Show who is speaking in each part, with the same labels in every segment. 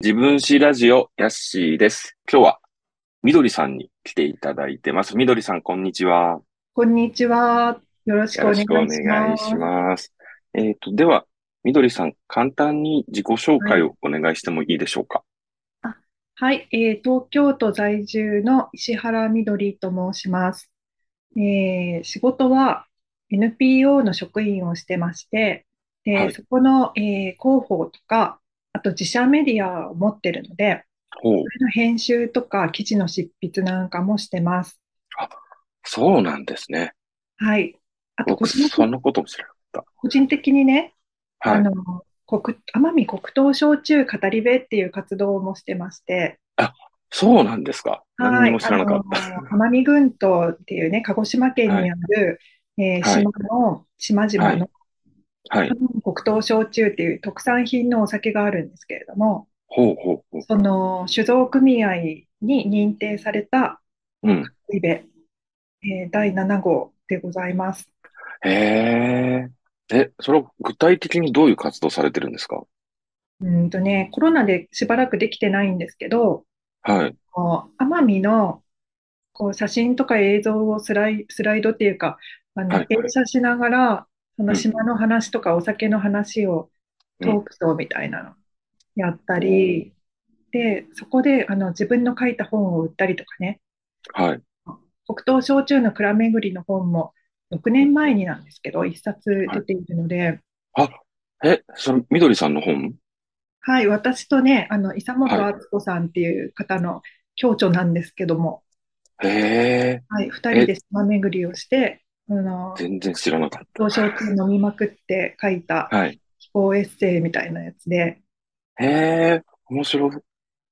Speaker 1: 自分史ラジオ、ヤッシーです。今日は、みどりさんに来ていただいてます。みどりさん、こんにちは。
Speaker 2: こんにちは。よろしく
Speaker 1: よ
Speaker 2: お
Speaker 1: ろ
Speaker 2: 願い
Speaker 1: し
Speaker 2: し
Speaker 1: くお願
Speaker 2: ま
Speaker 1: い
Speaker 2: す。
Speaker 1: します。えっと、では、みどりさん、簡単に自己紹介をお願いしてもいいでしょうか。
Speaker 2: はい、えー東京都在住の石原みどりと申します。えー仕事は NPO の職員をしてまして、で
Speaker 1: はい
Speaker 2: そこの、えー広報とか、あと自社メディアを持ってるので、
Speaker 1: ほう、
Speaker 2: それの編集とか記事の執筆なんかもしてます。
Speaker 1: そうなんですね。
Speaker 2: はい。あと個
Speaker 1: 僕、
Speaker 2: 人的、
Speaker 1: そんなことも知らなかっ
Speaker 2: 個人的にね、
Speaker 1: た。は
Speaker 2: あ
Speaker 1: い。
Speaker 2: の、国、奄美黒糖焼酎語り部っていう活動もしてまして、
Speaker 1: そうなんですか。何
Speaker 2: は
Speaker 1: に
Speaker 2: い、
Speaker 1: も知らなかっ
Speaker 2: あの、奄美群島っていうね、鹿児島県にある、えー
Speaker 1: はい
Speaker 2: 島の、島々の
Speaker 1: た。はい。
Speaker 2: 奄美黒糖焼酎っていう特産品のお酒があるんですけれども、
Speaker 1: ほうほうほう。
Speaker 2: その酒造組合に認定された
Speaker 1: うん。
Speaker 2: イベ、えー第7号でございます。
Speaker 1: へえ。え、それは具体的にどういう活動されてるんですか
Speaker 2: うんとね、コロナでしばらくできてないんですけど、
Speaker 1: はい。
Speaker 2: こう奄美のこう写真とか映像をスライ、スライドっていうか、あ
Speaker 1: はいは
Speaker 2: の、
Speaker 1: い
Speaker 2: 映写しながら、そ
Speaker 1: う
Speaker 2: の
Speaker 1: ん
Speaker 2: 島の話とかお酒の話を
Speaker 1: う
Speaker 2: ト
Speaker 1: ん
Speaker 2: ークショーみたいなのやったり、で、そこであの自分の書いた本を売ったりとかね、
Speaker 1: はい。
Speaker 2: 黒糖焼酎の蔵巡りの本も6年前になんですけど、一冊出ているので、
Speaker 1: え、それ、みどりさんの本
Speaker 2: はい、私とね、あの、伊佐本
Speaker 1: はい
Speaker 2: 敦子さんっていう方の共著なんですけども、
Speaker 1: へえ。
Speaker 2: はい、二人で島巡りをして、あの、
Speaker 1: 全然知らなかっ
Speaker 2: 上昇中飲みまくって書いた
Speaker 1: た。はい。
Speaker 2: 気候エッセイみたいなやつで、
Speaker 1: へえ。面白い。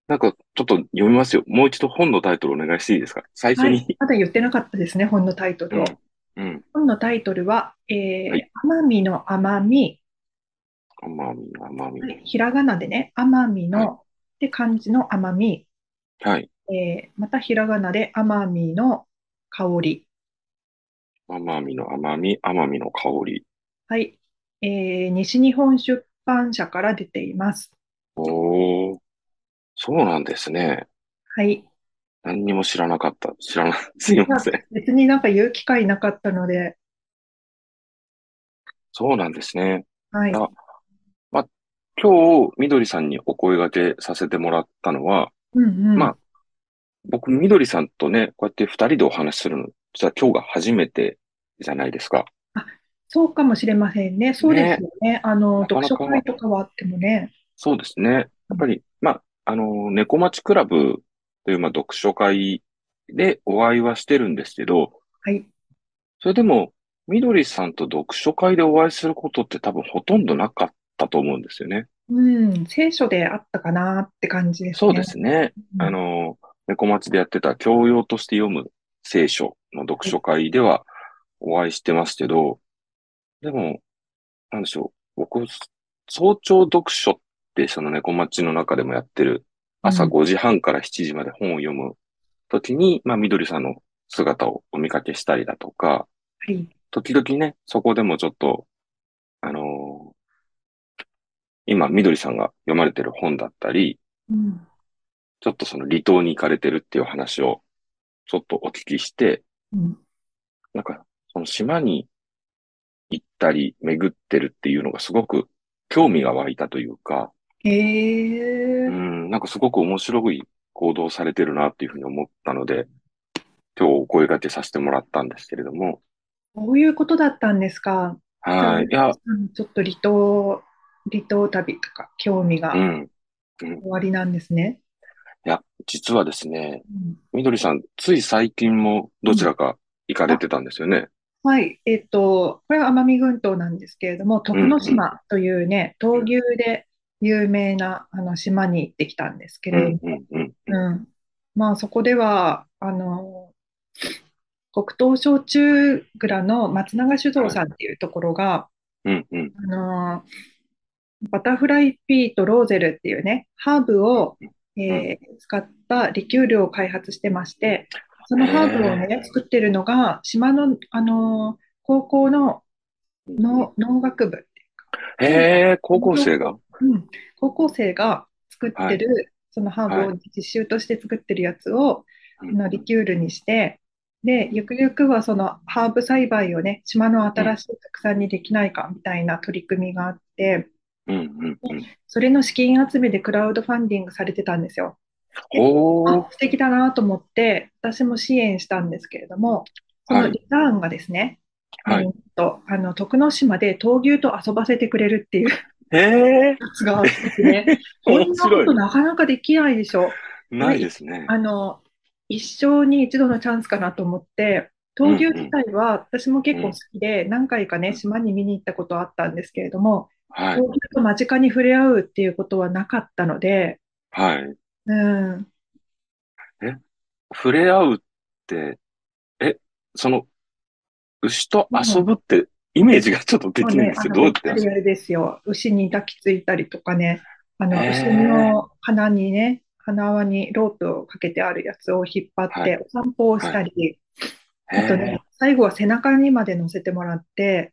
Speaker 1: なんか、ちょっと読みますよ。もう一度本のタイトルお願いしていいですか最初
Speaker 2: は
Speaker 1: に
Speaker 2: い、。まだ言ってなかったですね、本のタイトルを。
Speaker 1: うん。うん。
Speaker 2: 本のタイトルは、えー
Speaker 1: はい
Speaker 2: 奄美の奄美、
Speaker 1: 甘み、甘み。
Speaker 2: はいひらがなでね、奄美の、
Speaker 1: は
Speaker 2: で漢字の奄美、
Speaker 1: はい。
Speaker 2: えーまたひらがなで奄美の香り、
Speaker 1: 甘みの甘み、甘みの香り。
Speaker 2: はい、えー西日本出版社から出ています。
Speaker 1: おー。そうなんですね。
Speaker 2: はい、
Speaker 1: 何にも知らなかった。知らな、すいません。
Speaker 2: 別になんか言う機会なかったので、
Speaker 1: そうなんですね。
Speaker 2: はい、
Speaker 1: あ今日、みどりさんにお声掛けさせてもらったのは、
Speaker 2: うんうん、
Speaker 1: まあ僕、みどりさんとね、こうやって二人でお話しするの、実は今日が初めてじゃないですか。
Speaker 2: そうかもしれませんね。そうですよね。あの、
Speaker 1: なかなか
Speaker 2: 読書会とかはあってもね。
Speaker 1: そうですね。やっぱり、まあ、あの、猫町クラブという、まあ、読書会でお会いはしてるんですけど、
Speaker 2: はい。
Speaker 1: それでも、みどりさんと読書会でお会いすることって多分ほとんどなかったと思うんですよね。
Speaker 2: うん、聖書であったかなって感じです
Speaker 1: そうで
Speaker 2: ね。
Speaker 1: すね。
Speaker 2: うん
Speaker 1: あの、猫町でやってた教養として読む聖書の読書会ではお会いしてますけど、でも、なんでしょう。僕、早朝読書ってその猫町の中でもやってる朝
Speaker 2: うん
Speaker 1: 5時半から7時まで本を読むときに、まあ、みどりさんの姿をお見かけしたりだとか、
Speaker 2: はい。
Speaker 1: 時々ね、そこでもちょっと、あの今、みどりさんが読まれてる本だったり、
Speaker 2: うん。
Speaker 1: ちょっとその離島に行かれてるっていう話をちょっとお聞きして、
Speaker 2: うん。
Speaker 1: なんかその島に行ったり巡ってるっていうのがすごく興味が湧いたというか、
Speaker 2: え
Speaker 1: う
Speaker 2: ー、
Speaker 1: ん、なんかすごく面白い行動されてるなっていうふうに思ったので、今日お声掛けさせてもらったんですけれども、
Speaker 2: こういうことだったんですか。
Speaker 1: はい。い
Speaker 2: じゃあ
Speaker 1: や、
Speaker 2: うんちょっと離島、離島旅とか興味が
Speaker 1: うん。
Speaker 2: 終わりなんですね。
Speaker 1: いや、実はですね、
Speaker 2: うん
Speaker 1: みどりさん、つい最近もどちらか行かれてたんですよね。
Speaker 2: はい。えっと、これは奄美群島なんですけれども、徳之島というね、闘牛で有名なあの島に行ってきたんですけ
Speaker 1: う
Speaker 2: れども
Speaker 1: ん、うん、うん。
Speaker 2: うん。まあそこでは、あの、黒糖焼酎蔵の松永酒造さんっていうところが、
Speaker 1: うん、うん。
Speaker 2: あの、バタフライピーとローゼルっていうね、ハーブを、えー使ったリキュールを開発してまして、そのハーブをね、作ってるのが、島の、あの、高校のの農学部、
Speaker 1: へえ、高校生が。
Speaker 2: うん、高校生が作ってる、そのハーブを実習として作ってるやつを、あのリキュールにして、で、ゆくゆくはそのハーブ栽培をね、島の新しい特産にできないかみたいな取り組みがあって、
Speaker 1: うん、うん、うん。
Speaker 2: それの資金集めでクラウドファンディングされてたんですよ。
Speaker 1: おー
Speaker 2: あ、素敵だなと思って、私も支援したんですけれども、その
Speaker 1: はい
Speaker 2: リターンがですね、
Speaker 1: はい
Speaker 2: えーっと、あの、徳之島で闘牛と遊ばせてくれるっていうや
Speaker 1: へえ、
Speaker 2: つがあってですね、こ
Speaker 1: 面
Speaker 2: んなこ
Speaker 1: 白
Speaker 2: と
Speaker 1: い。
Speaker 2: なかなかできないでしょ。
Speaker 1: ないですね。
Speaker 2: あの、一生に一度のチャンスかなと思って、闘牛自体は私も結構好きで、何回かね、島に見に行ったことあったんですけれども、
Speaker 1: はい
Speaker 2: 闘、牛と間近に触れ合うっていうことはなかったので、
Speaker 1: はい。
Speaker 2: うん、
Speaker 1: 触れ合うって、え、その、牛と遊ぶって、イメージがちょっとできないんですけど、どう
Speaker 2: も
Speaker 1: や
Speaker 2: うね
Speaker 1: って
Speaker 2: あ
Speaker 1: や
Speaker 2: の
Speaker 1: るんです
Speaker 2: イタリアですよ。牛に抱きついたりとかね、あの、
Speaker 1: へー
Speaker 2: 牛の鼻にね、鼻輪にロープをかけてあるやつを引っ張って、
Speaker 1: はい
Speaker 2: お散歩をしたり、
Speaker 1: か
Speaker 2: あと
Speaker 1: へえ
Speaker 2: ね、最後は背中にまで乗せてもらって、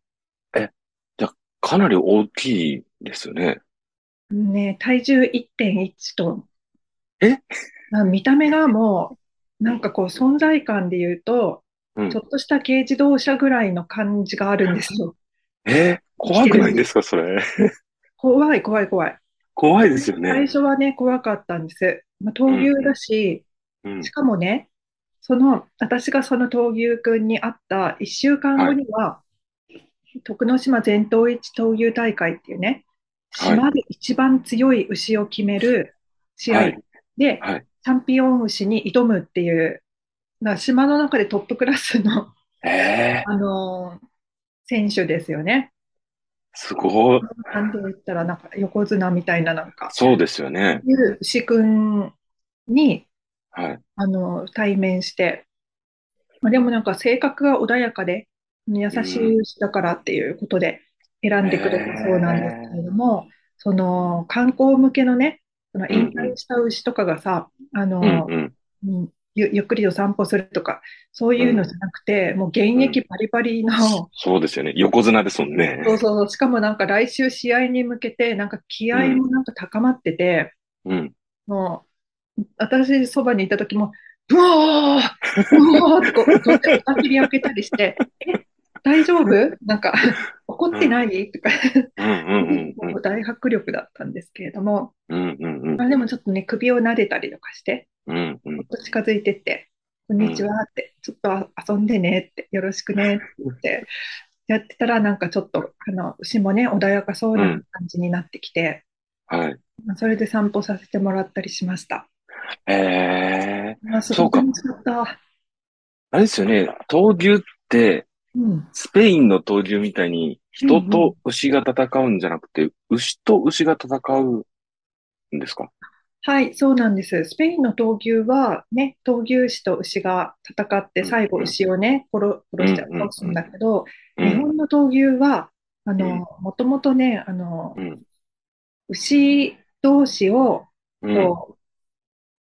Speaker 1: かなり大きいですよね。
Speaker 2: ね、体重1.1トン。
Speaker 1: え
Speaker 2: な見た目がもう、なんかこう存在感で言うと、
Speaker 1: うん
Speaker 2: ちょっとした軽自動車ぐらいの感じがあるんですよ。
Speaker 1: えー、怖くないんですか、それ。
Speaker 2: 怖い怖い怖い。
Speaker 1: 怖いですよ
Speaker 2: 最
Speaker 1: ね。
Speaker 2: 初はね、怖かったんです。まあ、闘牛だし、
Speaker 1: うん
Speaker 2: し。かもね、その、私がその闘牛くんに会った1週間後には、徳之島全島一闘牛大会っていうね、
Speaker 1: はい
Speaker 2: 島で一番強い牛を決める試
Speaker 1: は
Speaker 2: 合
Speaker 1: い。
Speaker 2: で、
Speaker 1: はい。
Speaker 2: チャンピオン牛に挑むっていう、な島の中でトップクラスの、
Speaker 1: ええ
Speaker 2: あのー選手ですよね。
Speaker 1: すごい。
Speaker 2: なんて言ったら、なんか横綱みたいな、なんか、
Speaker 1: そうですよね。
Speaker 2: いう牛くんに、
Speaker 1: はい。
Speaker 2: あの、対面して、まあでもなんか性格が穏やかで、優しい牛だからっていうことで選んでくれたそうなんですけれども、その観光向けのね、その引退した牛とかがさ、あの、
Speaker 1: うんうん。
Speaker 2: うんゆ、ゆっくりお散歩するとか、そういうのじゃなくて、もう現役バリバリの、
Speaker 1: そうですよね。横綱ですもんね。
Speaker 2: そうそうそう、しかもなんか来週試合に向けて、なんか気合もなんか高まってて、
Speaker 1: うん。
Speaker 2: もう、私そばにいた時も、うわー、うわーってこう、途中あきり開けたりして、え、大丈夫な んか、怒ってないとか、
Speaker 1: うんうんうん
Speaker 2: もう 大迫力だったんですけれども、
Speaker 1: うん。うんうんうん
Speaker 2: ま。あでもちょっとね、首を撫でたりとかして、
Speaker 1: うんうん。
Speaker 2: 近づいてって、こんにちはって、ちょっとあ遊んでねって、よろしくねって言 って、やってたらなんかちょっと、あの、牛もね、穏やかそうな
Speaker 1: うん
Speaker 2: 感じになってきて、
Speaker 1: はい。
Speaker 2: まあそれで散歩させてもらったりしました。
Speaker 1: ええ
Speaker 2: まあ、す
Speaker 1: そう
Speaker 2: ごく
Speaker 1: か
Speaker 2: 楽しかった。
Speaker 1: あれですよね。闘牛って、
Speaker 2: うん。
Speaker 1: スペインの闘牛みたいに、人と牛が戦うんじゃなくて、牛と牛が戦うんですか
Speaker 2: はい、そうなんです。スペインの闘牛は、ね、闘牛士と牛が戦って、
Speaker 1: うん
Speaker 2: 最後牛をね、殺、殺しちゃう、
Speaker 1: うんうん
Speaker 2: 倒すんだけど、
Speaker 1: う
Speaker 2: 日
Speaker 1: ん。
Speaker 2: 本の闘牛は、あ
Speaker 1: うん
Speaker 2: の、もともとね、あの
Speaker 1: う、ん。
Speaker 2: 牛同士を、
Speaker 1: うん。
Speaker 2: こ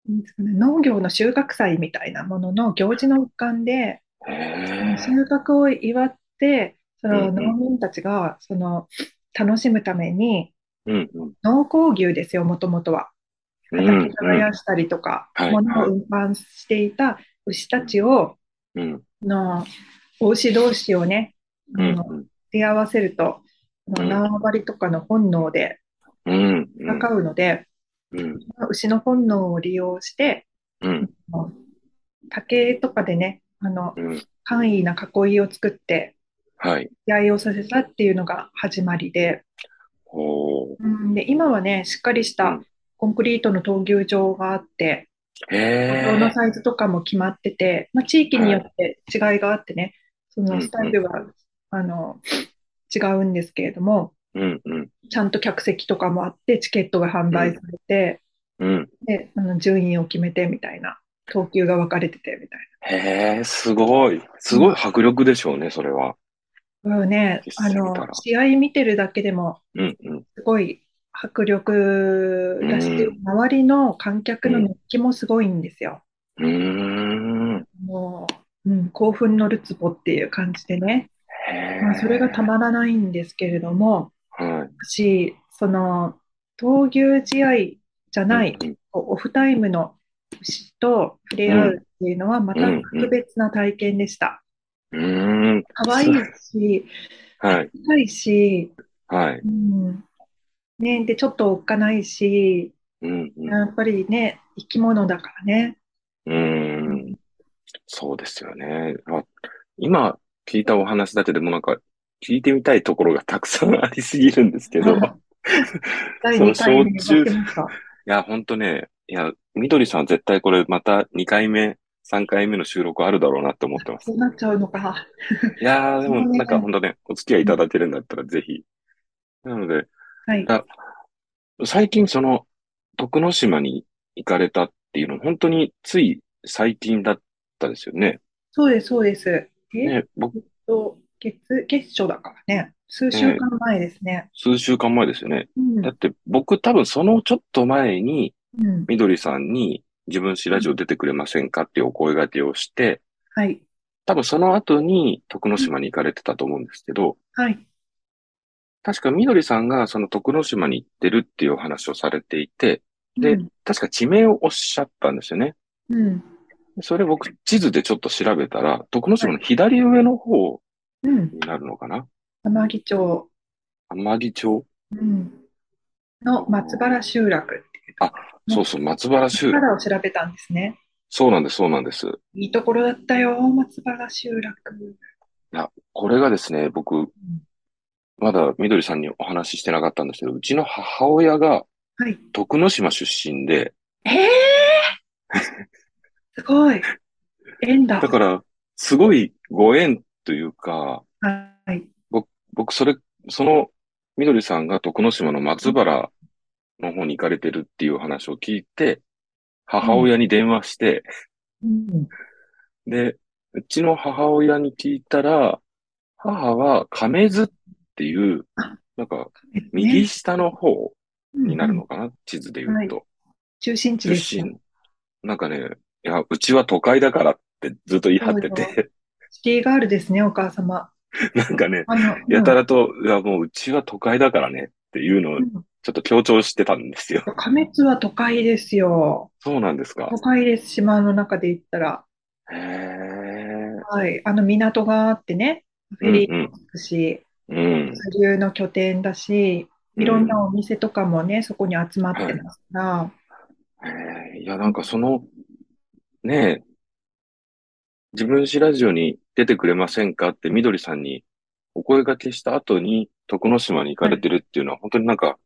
Speaker 2: う、なんですかね、農業の収穫祭みたいなものの行事の一環で、
Speaker 1: へえ
Speaker 2: 収穫を祝って、その
Speaker 1: うんうん
Speaker 2: 農民たちがその楽しむために、
Speaker 1: うんうん。
Speaker 2: 農耕牛ですよ、もともとは。
Speaker 1: うん
Speaker 2: 畑耕したりとか、
Speaker 1: うんはい
Speaker 2: 物を運搬していた牛たちを、
Speaker 1: うん。
Speaker 2: のお牛同士をね、あ
Speaker 1: うん
Speaker 2: の出会わせると、あの
Speaker 1: うん
Speaker 2: 縄張りとかの本能で
Speaker 1: うん。
Speaker 2: 戦うので、
Speaker 1: うん。
Speaker 2: 牛の本能を利用して、
Speaker 1: うん。
Speaker 2: 竹とかでね、あの、
Speaker 1: うん。
Speaker 2: 簡易な囲いを作って、
Speaker 1: はい。
Speaker 2: 試合をさせたっていうのが始まりで、
Speaker 1: ほう。
Speaker 2: うんで、今はね、しっかりし
Speaker 1: う
Speaker 2: た
Speaker 1: ん
Speaker 2: コンクリートの闘牛場があって、
Speaker 1: へ
Speaker 2: 場の
Speaker 1: え。
Speaker 2: サイズとかも決まってて、まあ、地域によって違いがあってね、そ
Speaker 1: うんう
Speaker 2: の
Speaker 1: ん
Speaker 2: スタイルは、あの、違うんですけれども、
Speaker 1: うんうん。
Speaker 2: ちゃんと客席とかもあって、チケットが販売されて、
Speaker 1: うん。
Speaker 2: で、あの、順位を決めてみたいな、等級が分かれててみたいな。
Speaker 1: へえ、すごい。すごい迫力でしょうね、それは。
Speaker 2: うんね、
Speaker 1: 実
Speaker 2: あ
Speaker 1: 際
Speaker 2: の
Speaker 1: 見たら
Speaker 2: 試合見てるだけでも
Speaker 1: うんうん。
Speaker 2: すごい迫力だし、
Speaker 1: うん
Speaker 2: 周りの観客の熱気もすごいんですよ。
Speaker 1: うーん。
Speaker 2: もう、うん、興奮のるつぼっていう感じでね、
Speaker 1: へえ。
Speaker 2: まあ、それがたまらないんですけれども、
Speaker 1: はい。
Speaker 2: 私、その闘牛試合じゃない、
Speaker 1: うん
Speaker 2: こうオフタイムの牛と触れ合うっていうのはまた格別な体験でした。
Speaker 1: うん。うーん。
Speaker 2: 可愛いし、
Speaker 1: はい。
Speaker 2: 可愛いし、
Speaker 1: はい。
Speaker 2: うん。ね、で、ちょっとおっかないし、
Speaker 1: うん。うん
Speaker 2: やっぱりね、生き物だからね。
Speaker 1: うーん、そうですよね。あ、今聞いたお話だけでもなんか聞いてみたいところがたくさんありすぎるんですけど、い
Speaker 2: はい第2
Speaker 1: その
Speaker 2: 回目
Speaker 1: 焼酎
Speaker 2: やってました。
Speaker 1: や、ほんとね、いや、みどりさん絶対これまた2回目、3回目の収録あるだろうなって思ってます。
Speaker 2: そうなっちゃうのか。
Speaker 1: いやー、でも
Speaker 2: そうね
Speaker 1: なんかほんとね、お付き合いいただけるんだったらぜひ。なので、
Speaker 2: はい。
Speaker 1: あ最近その、徳之島に行かれたっていうの、本当につい最近だったですよね。
Speaker 2: そうです、そうです。えっ
Speaker 1: ね、僕、
Speaker 2: と、月、月初だからね。数週間前ですね。
Speaker 1: 数週間前ですよね。
Speaker 2: うん
Speaker 1: だって僕多分そのちょっと前に、
Speaker 2: うん。
Speaker 1: みどりさんに自分史ラジオ出てくれませんかっていうお声掛けをして、
Speaker 2: はい。
Speaker 1: 多分その後に徳之島に行かれてたと思うんですけど、
Speaker 2: はい。
Speaker 1: 確かみどりさんがその徳之島に行ってるっていうお話をされていて、で
Speaker 2: うん
Speaker 1: 確か地名をおっしゃったんですよね。
Speaker 2: うん。
Speaker 1: それ僕地図でちょっと調べたら、徳之島の左上の方
Speaker 2: うん。
Speaker 1: になるのかな
Speaker 2: 天城町、
Speaker 1: 天城町
Speaker 2: うん、の松原集落っていうとこうん
Speaker 1: そうそう、松原集
Speaker 2: 松
Speaker 1: 落。
Speaker 2: 原を調べたんですね。
Speaker 1: そうなんです、そうなんです。
Speaker 2: いいところだったよ、松原集落。
Speaker 1: これがですね、僕、まだみどりさんにお話ししてなかったんですけど、うちの母親が
Speaker 2: はい。
Speaker 1: 徳之島出身で、
Speaker 2: ええー、すごい。縁だ。
Speaker 1: だから、すごいご縁というか、
Speaker 2: はい。
Speaker 1: 僕、それ、その、みどりさんが徳之島の松原の方に行かれてるっていう話を聞いて、母親に電話して、
Speaker 2: うん。
Speaker 1: で、うちの母親に聞いたら、母は亀津っていう
Speaker 2: あ、
Speaker 1: なんか、
Speaker 2: ね
Speaker 1: 右下の方になる
Speaker 2: うん
Speaker 1: のかな、地図で言うと。
Speaker 2: 中心地
Speaker 1: 出
Speaker 2: ですよ。
Speaker 1: 身、なんかね、いや、うちは都会だからってずっと言い張って
Speaker 2: そう
Speaker 1: て、
Speaker 2: シティガールですね、お母様。
Speaker 1: なんかね、
Speaker 2: あの、
Speaker 1: やた
Speaker 2: ら、
Speaker 1: らと、いや、もううちは都会だからねっていうのを
Speaker 2: うん
Speaker 1: ちょっと強調してたんです よ。
Speaker 2: 亀津は都会ですよ。
Speaker 1: そうなんですか
Speaker 2: 都。会です、島の中で言ったら。
Speaker 1: へえ。
Speaker 2: はい。あの、港があってね、フェリーも行くし、
Speaker 1: うん。
Speaker 2: 物流の拠点だし、いろんなお店とかもね、そこに集まってますから、
Speaker 1: へえいや、なんかその、ねえ、自分史ラジオに出てくれませんかってみどりさんにお声掛けした後に徳之島に行かれてるっていうのは本当になんか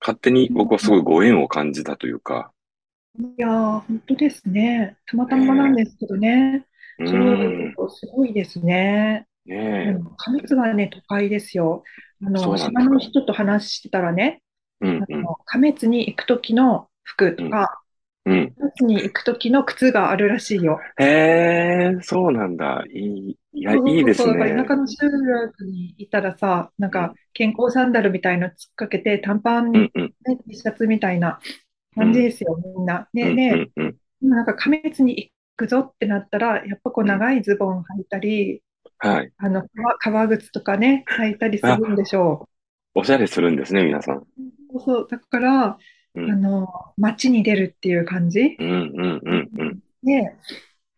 Speaker 1: 勝手に僕はすごいご縁を感じたというか、
Speaker 2: いやー、本当ですね。たまたまなんですけどね、
Speaker 1: う
Speaker 2: それは
Speaker 1: ん。
Speaker 2: すごいですね。
Speaker 1: ね
Speaker 2: で
Speaker 1: え。
Speaker 2: も上津はね、都会ですよ。あ
Speaker 1: そうなん
Speaker 2: の、
Speaker 1: ですか
Speaker 2: 島の人と話してたらね、
Speaker 1: うん
Speaker 2: あの、上津に行く時の服とか、
Speaker 1: うん。うん。
Speaker 2: 上津に行く時の靴があるらしいよ。
Speaker 1: へえ、そうなんだ。いい、いや、い
Speaker 2: そうそう
Speaker 1: いです
Speaker 2: そうだから
Speaker 1: ね。
Speaker 2: 田舎の集落にいたらさ、なんか健康サンダルみたいの突っかけて、短パン
Speaker 1: うんうん。
Speaker 2: ね、T シャツみたいな感じですよ、みんな。
Speaker 1: う
Speaker 2: ね、
Speaker 1: ん
Speaker 2: ね、
Speaker 1: うんうん。
Speaker 2: でもなんか、亀裂に行くぞってなったら、やっぱこう、長いズボン履いたり、
Speaker 1: はい。
Speaker 2: あの、革革靴とかね、履いたりするんでしょ
Speaker 1: おしゃれするんですね、皆さん。
Speaker 2: う。そう、だから、
Speaker 1: う
Speaker 2: あ
Speaker 1: ん。
Speaker 2: の、街に出るっていう感じ。
Speaker 1: うんうんうんうん。
Speaker 2: で、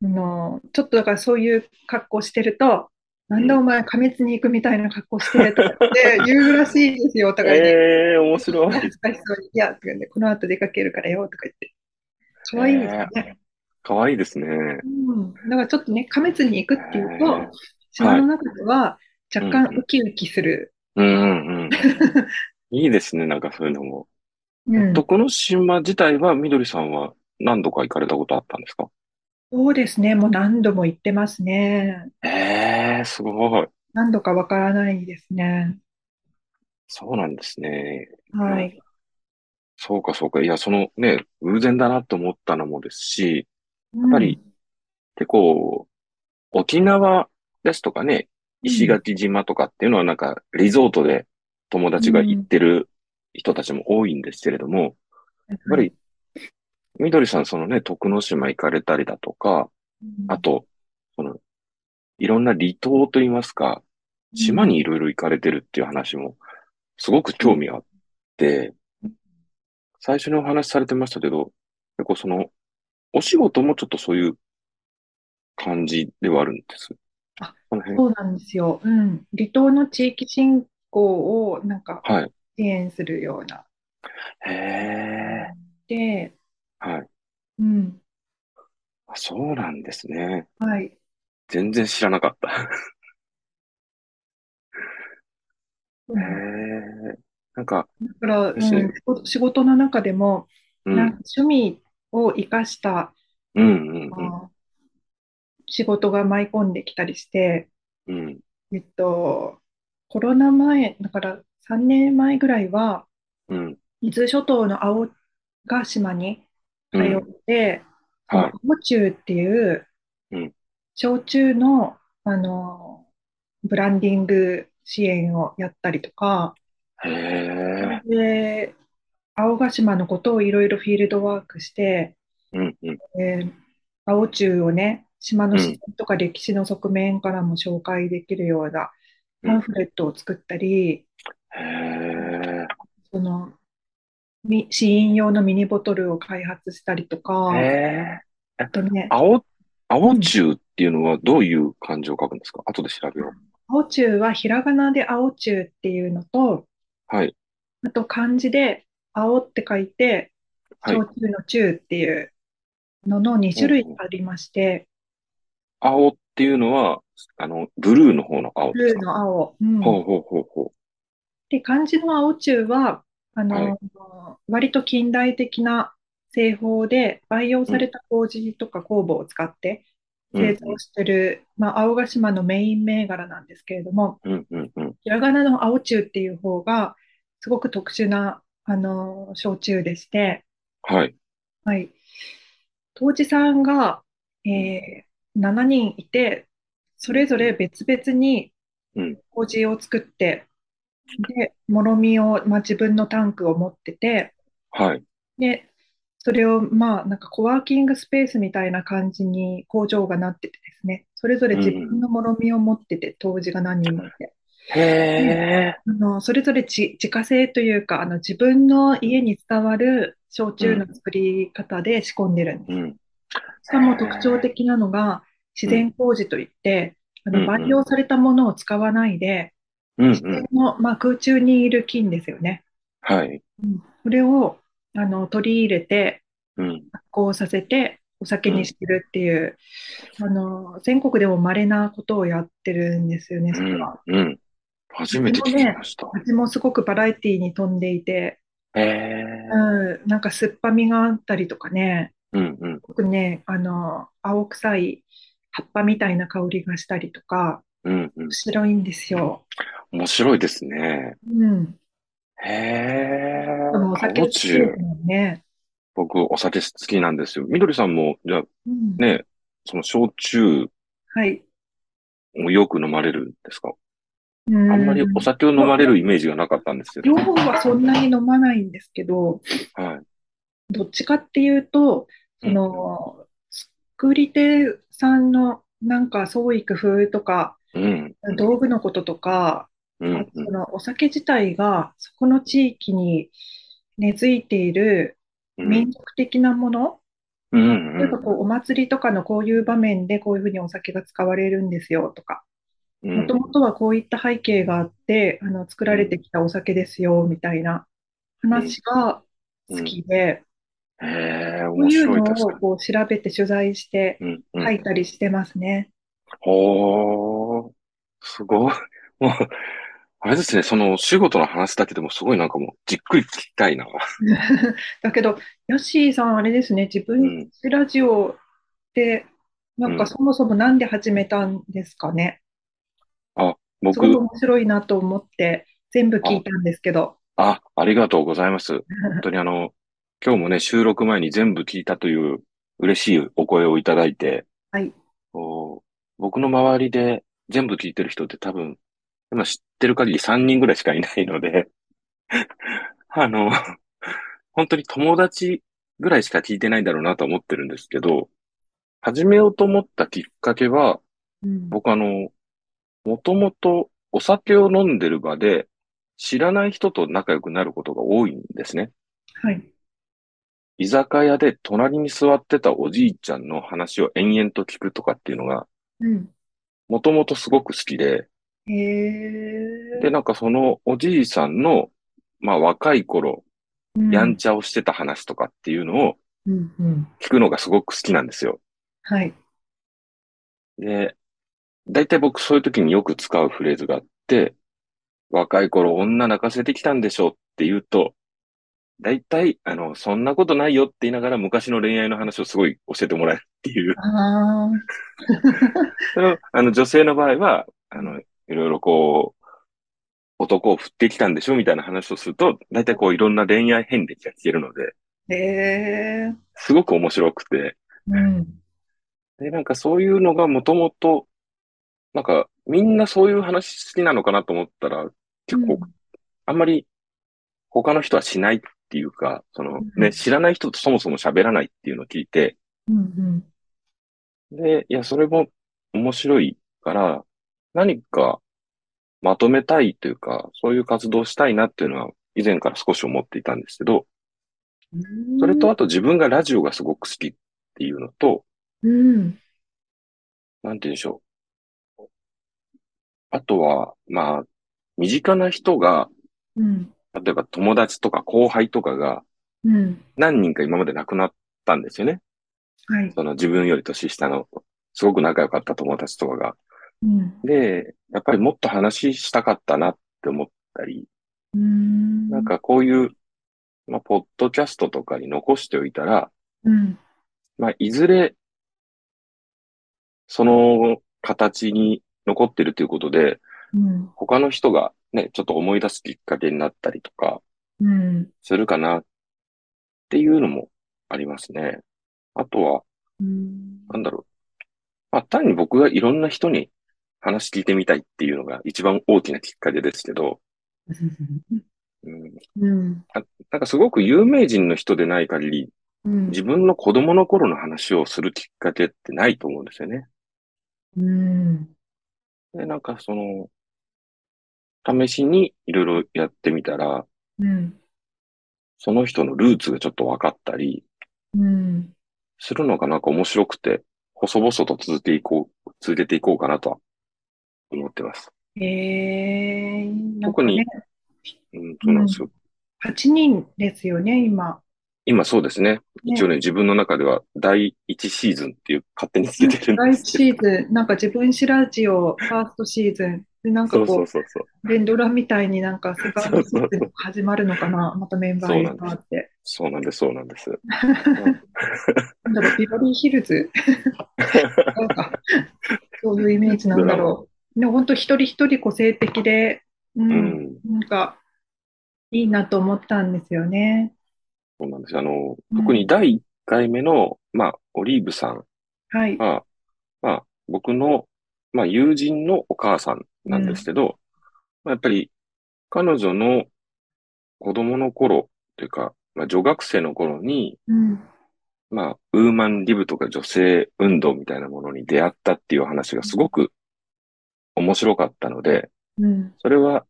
Speaker 2: あの、ちょっとだからそういう格好してると、なんだお前、亀裂に行くみたいな格好してとか って言うらしいですよ、お互いに。
Speaker 1: ええ、面白
Speaker 2: なんか
Speaker 1: い。
Speaker 2: 疲れそうにいや、とか言ってこの後出かけるからよ、とか言って。可愛いですね。
Speaker 1: かわいいですね。
Speaker 2: うん、だからちょっとね、亀津に行くっていう
Speaker 1: へ
Speaker 2: と
Speaker 1: ー、
Speaker 2: 島の中では若
Speaker 1: う
Speaker 2: 干
Speaker 1: んうん
Speaker 2: ウキウキする。
Speaker 1: うん うんうん。いいですね、なんかそういうのも。
Speaker 2: うん、
Speaker 1: 徳之島自体は、みどりさんは何度か行かれたことあったんですか
Speaker 2: そうですね、もう何度も行ってますね。
Speaker 1: ええ、すごい。
Speaker 2: 何度かわからないですね。
Speaker 1: そうなんですね。
Speaker 2: はい。
Speaker 1: そうか、そうか。いや、そのね、偶然だなと思ったのもですし、
Speaker 2: や
Speaker 1: やっぱり、結構、沖縄ですとかね、
Speaker 2: うん
Speaker 1: 石垣島とかっていうのはなんか、リゾートで友達が行ってる人たちも多いんですけれども、や
Speaker 2: やっ
Speaker 1: っぱり、みどりさん、そのね、徳之島行かれたりだとか、あと、その、いろんな離島といいますか、島にいろいろ行かれてるっていう話も、すごく興味があって、最初にお話しされてましたけど、結構その、お仕事もちょっとそういう感じではあるんです。
Speaker 2: あ
Speaker 1: この辺。
Speaker 2: そうなんですよ。うん。離島の地域振興をなんか
Speaker 1: はい。
Speaker 2: 支援するような。
Speaker 1: へえ。
Speaker 2: で、
Speaker 1: はい。
Speaker 2: うん。
Speaker 1: あ、そうなんですね。
Speaker 2: はい。
Speaker 1: 全然知らなかった。
Speaker 2: う
Speaker 1: へ
Speaker 2: ん。
Speaker 1: え。なんか、
Speaker 2: だから、
Speaker 1: です
Speaker 2: う
Speaker 1: ね。
Speaker 2: ん、仕事仕事の中でも、
Speaker 1: う
Speaker 2: なん
Speaker 1: ん。
Speaker 2: か趣味を生かした
Speaker 1: うん、うん、うん。
Speaker 2: あ仕事が舞い込んできたりして、
Speaker 1: うん。
Speaker 2: えっと、コロナ前、だから3年前ぐらいは、
Speaker 1: うん。
Speaker 2: 伊豆諸島の青ヶ島に
Speaker 1: う
Speaker 2: 通
Speaker 1: ん。
Speaker 2: って、そ
Speaker 1: は
Speaker 2: の
Speaker 1: い。
Speaker 2: 青中っていう
Speaker 1: うん。
Speaker 2: 焼酎の、あの、ブランディング支援をやったりとか、
Speaker 1: へえ。
Speaker 2: で、青ヶ島のことをいろいろフィールドワークして、
Speaker 1: うん、うん。
Speaker 2: えー青宙をね、島の
Speaker 1: う
Speaker 2: 自
Speaker 1: ん、
Speaker 2: 然とか歴史の側面からも紹介できるような
Speaker 1: う
Speaker 2: パン
Speaker 1: ん。
Speaker 2: フレットを作ったり、
Speaker 1: へえ。
Speaker 2: その、み試飲用のミニボトルを開発したりと
Speaker 1: へ
Speaker 2: か、
Speaker 1: え。え、
Speaker 2: あとね、
Speaker 1: 青、
Speaker 2: う
Speaker 1: 青
Speaker 2: ん、
Speaker 1: 中っていうのはどういう漢字を書くんですか後で調べよ
Speaker 2: 青宙はひらがなで青宙っていうのと、
Speaker 1: う。はい。
Speaker 2: あと漢字で青って書いて、
Speaker 1: はい。
Speaker 2: 焼酎の酎っていうのの2
Speaker 1: ほ
Speaker 2: 種
Speaker 1: う
Speaker 2: 類
Speaker 1: ほう。
Speaker 2: ありまして、
Speaker 1: 青っていうのは、あの、ブルーの方の青
Speaker 2: ブ
Speaker 1: です
Speaker 2: ルー
Speaker 1: か
Speaker 2: の青、う。
Speaker 1: ほうんほうほうほ
Speaker 2: で、漢字の青宙は、あ
Speaker 1: う。はい。
Speaker 2: の、割と近代的な製法で培養
Speaker 1: う
Speaker 2: さ
Speaker 1: ん、
Speaker 2: れた麹とか酵母を使って
Speaker 1: う
Speaker 2: 製
Speaker 1: ん、
Speaker 2: 造してる、まあ、青ヶ島のメイン銘柄なんですけれども、
Speaker 1: うん、うん、うん。
Speaker 2: ひらがなの青宙っていう方が、すごく特殊な、あの、焼酎でして、
Speaker 1: はい。
Speaker 2: はい。杜氏さんが、え
Speaker 1: うん、
Speaker 2: ー7人いて、それぞ
Speaker 1: う
Speaker 2: れ
Speaker 1: ん、
Speaker 2: 別々に
Speaker 1: うん、
Speaker 2: 麹を作って、で、もろみを、まあ、自分のタンクを持ってて、
Speaker 1: はい。
Speaker 2: で、それを、まあ、なんかコワーキングスペースみたいな感じに工場がなっててですね、それぞれ
Speaker 1: うん、
Speaker 2: 自
Speaker 1: う
Speaker 2: 分
Speaker 1: ん。
Speaker 2: のもろみを持ってて、当時が何人もいて。
Speaker 1: へ
Speaker 2: で、
Speaker 1: え。
Speaker 2: あの、それぞれ自自家製というか、あの、自分の家に伝わる焼
Speaker 1: う
Speaker 2: 酎の
Speaker 1: ん、
Speaker 2: 作り方で仕込んでるんで
Speaker 1: う
Speaker 2: す。
Speaker 1: ん。
Speaker 2: し
Speaker 1: へ
Speaker 2: かも特徴
Speaker 1: え。
Speaker 2: 的なのが、自
Speaker 1: うん、
Speaker 2: 然麹といって、あ
Speaker 1: う
Speaker 2: の、
Speaker 1: ん、
Speaker 2: 培
Speaker 1: うん。
Speaker 2: 養されたものを使わないで、
Speaker 1: うん、
Speaker 2: 自
Speaker 1: う
Speaker 2: 然
Speaker 1: ん。
Speaker 2: の、まあ、空中にいる菌ですよね。
Speaker 1: はい。
Speaker 2: うん、それをあの取り入れて
Speaker 1: うん、
Speaker 2: 発酵させてお酒
Speaker 1: う
Speaker 2: に
Speaker 1: ん、
Speaker 2: してるっていうあの全国でも稀なことをやってるんですよね、
Speaker 1: う
Speaker 2: それ
Speaker 1: ん、
Speaker 2: は。
Speaker 1: うん。初め
Speaker 2: 味
Speaker 1: て聞
Speaker 2: も
Speaker 1: き
Speaker 2: ね、
Speaker 1: ました。
Speaker 2: 味もすごくバラエティーに富んでいて、
Speaker 1: へえ。
Speaker 2: うん、なんか酸っぱみがあったりとかね、
Speaker 1: うん、うん、
Speaker 2: すごくね、あの青臭い葉っぱみたいな香りがしたりとか、
Speaker 1: うん、う
Speaker 2: 面
Speaker 1: ん。
Speaker 2: 白いんですよ。
Speaker 1: 面白いですね。
Speaker 2: うん。
Speaker 1: へえ。
Speaker 2: でもお酒
Speaker 1: 青
Speaker 2: 好きです
Speaker 1: 中。
Speaker 2: もんね。
Speaker 1: 僕、お酒好きなんですよ。みどりさんも、じゃあ、
Speaker 2: うん。
Speaker 1: ね、その焼酎
Speaker 2: はい。
Speaker 1: をよく飲まれるんですか
Speaker 2: う
Speaker 1: あんまりお
Speaker 2: ん。
Speaker 1: 酒を飲まれるイメージがなかったんですけ
Speaker 2: 量
Speaker 1: ど。
Speaker 2: はそんなに飲まないんですけど、
Speaker 1: はい。
Speaker 2: どっちかっていうと、
Speaker 1: う
Speaker 2: そ
Speaker 1: ん、うん、
Speaker 2: の、作り手さんのなんか創意工夫とか、
Speaker 1: うん、うん、
Speaker 2: 道具のこととか、
Speaker 1: う
Speaker 2: あ
Speaker 1: ん、
Speaker 2: と
Speaker 1: う
Speaker 2: そ
Speaker 1: ん。
Speaker 2: のお酒自体がそこの地域に根付いている
Speaker 1: う
Speaker 2: 民
Speaker 1: ん
Speaker 2: 族的なもの、
Speaker 1: う
Speaker 2: まあ、例え
Speaker 1: ん
Speaker 2: ばこうお祭りとかのこういう場面でこういうふうにお酒が使われるんですよとか、
Speaker 1: う
Speaker 2: もと
Speaker 1: ん
Speaker 2: もとはこういった背景があって、あの作
Speaker 1: う
Speaker 2: られて
Speaker 1: ん
Speaker 2: きたお酒ですよみたいな。
Speaker 1: うん
Speaker 2: 話が
Speaker 1: う
Speaker 2: 好
Speaker 1: ん
Speaker 2: きで、
Speaker 1: へえ、
Speaker 2: こう
Speaker 1: 面
Speaker 2: いう
Speaker 1: 白い、
Speaker 2: の
Speaker 1: 確
Speaker 2: を
Speaker 1: か
Speaker 2: こう調べて取材して
Speaker 1: に。うん、う
Speaker 2: 書
Speaker 1: ん。
Speaker 2: いたりしてますね。
Speaker 1: ほー、すごい。 もう、あれですね、その、お仕事の話だけでもすごいなんかもう、じっくり聞きたいな。
Speaker 2: だけど、ヨッシーさん、あれですね、自
Speaker 1: う
Speaker 2: 分
Speaker 1: ん、
Speaker 2: ラジオって、な
Speaker 1: うん
Speaker 2: か
Speaker 1: ん。
Speaker 2: そもそもなんで始めたんですかね。
Speaker 1: あ、
Speaker 2: すごく
Speaker 1: 僕、
Speaker 2: 面白いなと思って全部聞
Speaker 1: あ、
Speaker 2: いたんですけど。
Speaker 1: あ、ありがとうございます。本当にあの、今日もね、収録前に全部聞いたという嬉しいお声をいただいて、
Speaker 2: はい。
Speaker 1: こう僕の周りで全部聞いてる人って多分、今知ってる限り3人ぐらいしかいないので、 あの、本当に友達ぐらいしか聞いてないだろうなとは思ってるんですけど、始めようと思ったきっかけは、
Speaker 2: うん。
Speaker 1: 僕あの、もともとお酒を飲んでる場で、知らない人と仲良くなることが多いんですね。
Speaker 2: はい。
Speaker 1: 居酒屋で隣に座ってたおじいちゃんの話を延々と聞くとかっていうのが、
Speaker 2: うん。
Speaker 1: もともとすごく好きで、
Speaker 2: へえ。
Speaker 1: で、なんかそのおじいさんの、まあ若い頃、
Speaker 2: うん
Speaker 1: やんちゃをしてた話とかっていうのを
Speaker 2: うんうん。
Speaker 1: 聞くのがすごく好きなんですよ。
Speaker 2: はい。
Speaker 1: で、大体僕そういう時によく使うフレーズがあって、若い頃女泣かせてきたんでしょうって言うと、大体、あの、そんなことないよって言いながら昔の恋愛の話をすごい教えてもらえるっていう。
Speaker 2: ああ。
Speaker 1: それをあの、女性の場合は、あの、いろいろこう、男を振ってきたんでしょみたいな話をすると、大体こういろんな恋愛遍歴が聞けるので、
Speaker 2: へえ。
Speaker 1: すごく面白くて、
Speaker 2: うん。
Speaker 1: で、なんかそういうのがもともと、なんかみんなそういう話好きなのかなと思ったら、結構あんまり他の人はしないっていうか、その
Speaker 2: うん
Speaker 1: ね、知らない人とそもそも喋らないっていうのを聞いて、
Speaker 2: うんうん。
Speaker 1: で、いや、それも面白いから、何かまとめたいというか、そういう活動をしたいなっていうのは以前から少し思っていたんですけど、
Speaker 2: うん
Speaker 1: それとあ、と自分がラジオがすごく好きっていうのと、
Speaker 2: うん。
Speaker 1: なんて言うんでしょう。あとは、まあ、身近な人が、
Speaker 2: うん。
Speaker 1: 例えば友達とか後輩とかが
Speaker 2: うん。
Speaker 1: 何人か今まで亡くなったんですよね。
Speaker 2: はい。
Speaker 1: その自分より年下の、すごく仲良かった友達とかが。
Speaker 2: うん。
Speaker 1: で、やっぱりもっと話したかったなって思ったり、
Speaker 2: うん。
Speaker 1: なん、かこういう、まあ、ポッドキャストとかに残しておいたら、
Speaker 2: うん。
Speaker 1: まあ、いずれ、その形に残ってるということで、
Speaker 2: うん。
Speaker 1: 他の人がね、ちょっと思い出すきっかけになったりとか
Speaker 2: うん。
Speaker 1: するかなっていうのもありますね。あとは、
Speaker 2: うん。
Speaker 1: なんだろう。まあ、単に僕がいろんな人に話聞いてみたいっていうのが一番大きなきっかけですけど、うん、
Speaker 2: うん。
Speaker 1: なんかすごく有名人の人でない限り、
Speaker 2: うん。
Speaker 1: 自分の子供の頃の話をするきっかけってないと思うんですよね。
Speaker 2: うん。
Speaker 1: で、なんかその、試しにいろいろやってみたら、
Speaker 2: うん。
Speaker 1: その人のルーツがちょっと分かったり、
Speaker 2: うん。
Speaker 1: するのがなんか面白くて、細々と続けていこう、続けていこうかなとは思ってます。
Speaker 2: ええ、なん
Speaker 1: 特
Speaker 2: か
Speaker 1: に
Speaker 2: ね、
Speaker 1: うん、そうなんですよ。
Speaker 2: 8人ですよね、今。
Speaker 1: 今そうですね。一応ね、自分の中では第1シーズンっていう勝手につけてるん
Speaker 2: 第
Speaker 1: で
Speaker 2: 1
Speaker 1: すけど。
Speaker 2: シーズン、なんか自分史ラジオ、ファーストシーズン、で、なんか
Speaker 1: そうそ
Speaker 2: こ
Speaker 1: うそうそう。
Speaker 2: う、連ドラみたいになんかセカンドシーズン始まるのかな、またメンバー入れ替わって。
Speaker 1: そうなんです、そうなんです。
Speaker 2: なんだろう、ビバリーヒ ルズなんか、そういうイメージなんだろう。でも本当一人一人個性的で、う、
Speaker 1: うんん、
Speaker 2: なんか、いいなと思ったんですよね。
Speaker 1: そうなんです。あの、特に第1回目の、まあ、オリーブさん
Speaker 2: はい。
Speaker 1: は、まあ、僕の、まあ、友人のお母さんなんですけど、まあ、やっぱり、彼女の子供の頃というか、まあ、女学生の頃に、
Speaker 2: うん。
Speaker 1: まあ、ウーマンリブとか女性運動みたいなものに出会ったっていう話がすごく面白かったので、
Speaker 2: うん。
Speaker 1: それは、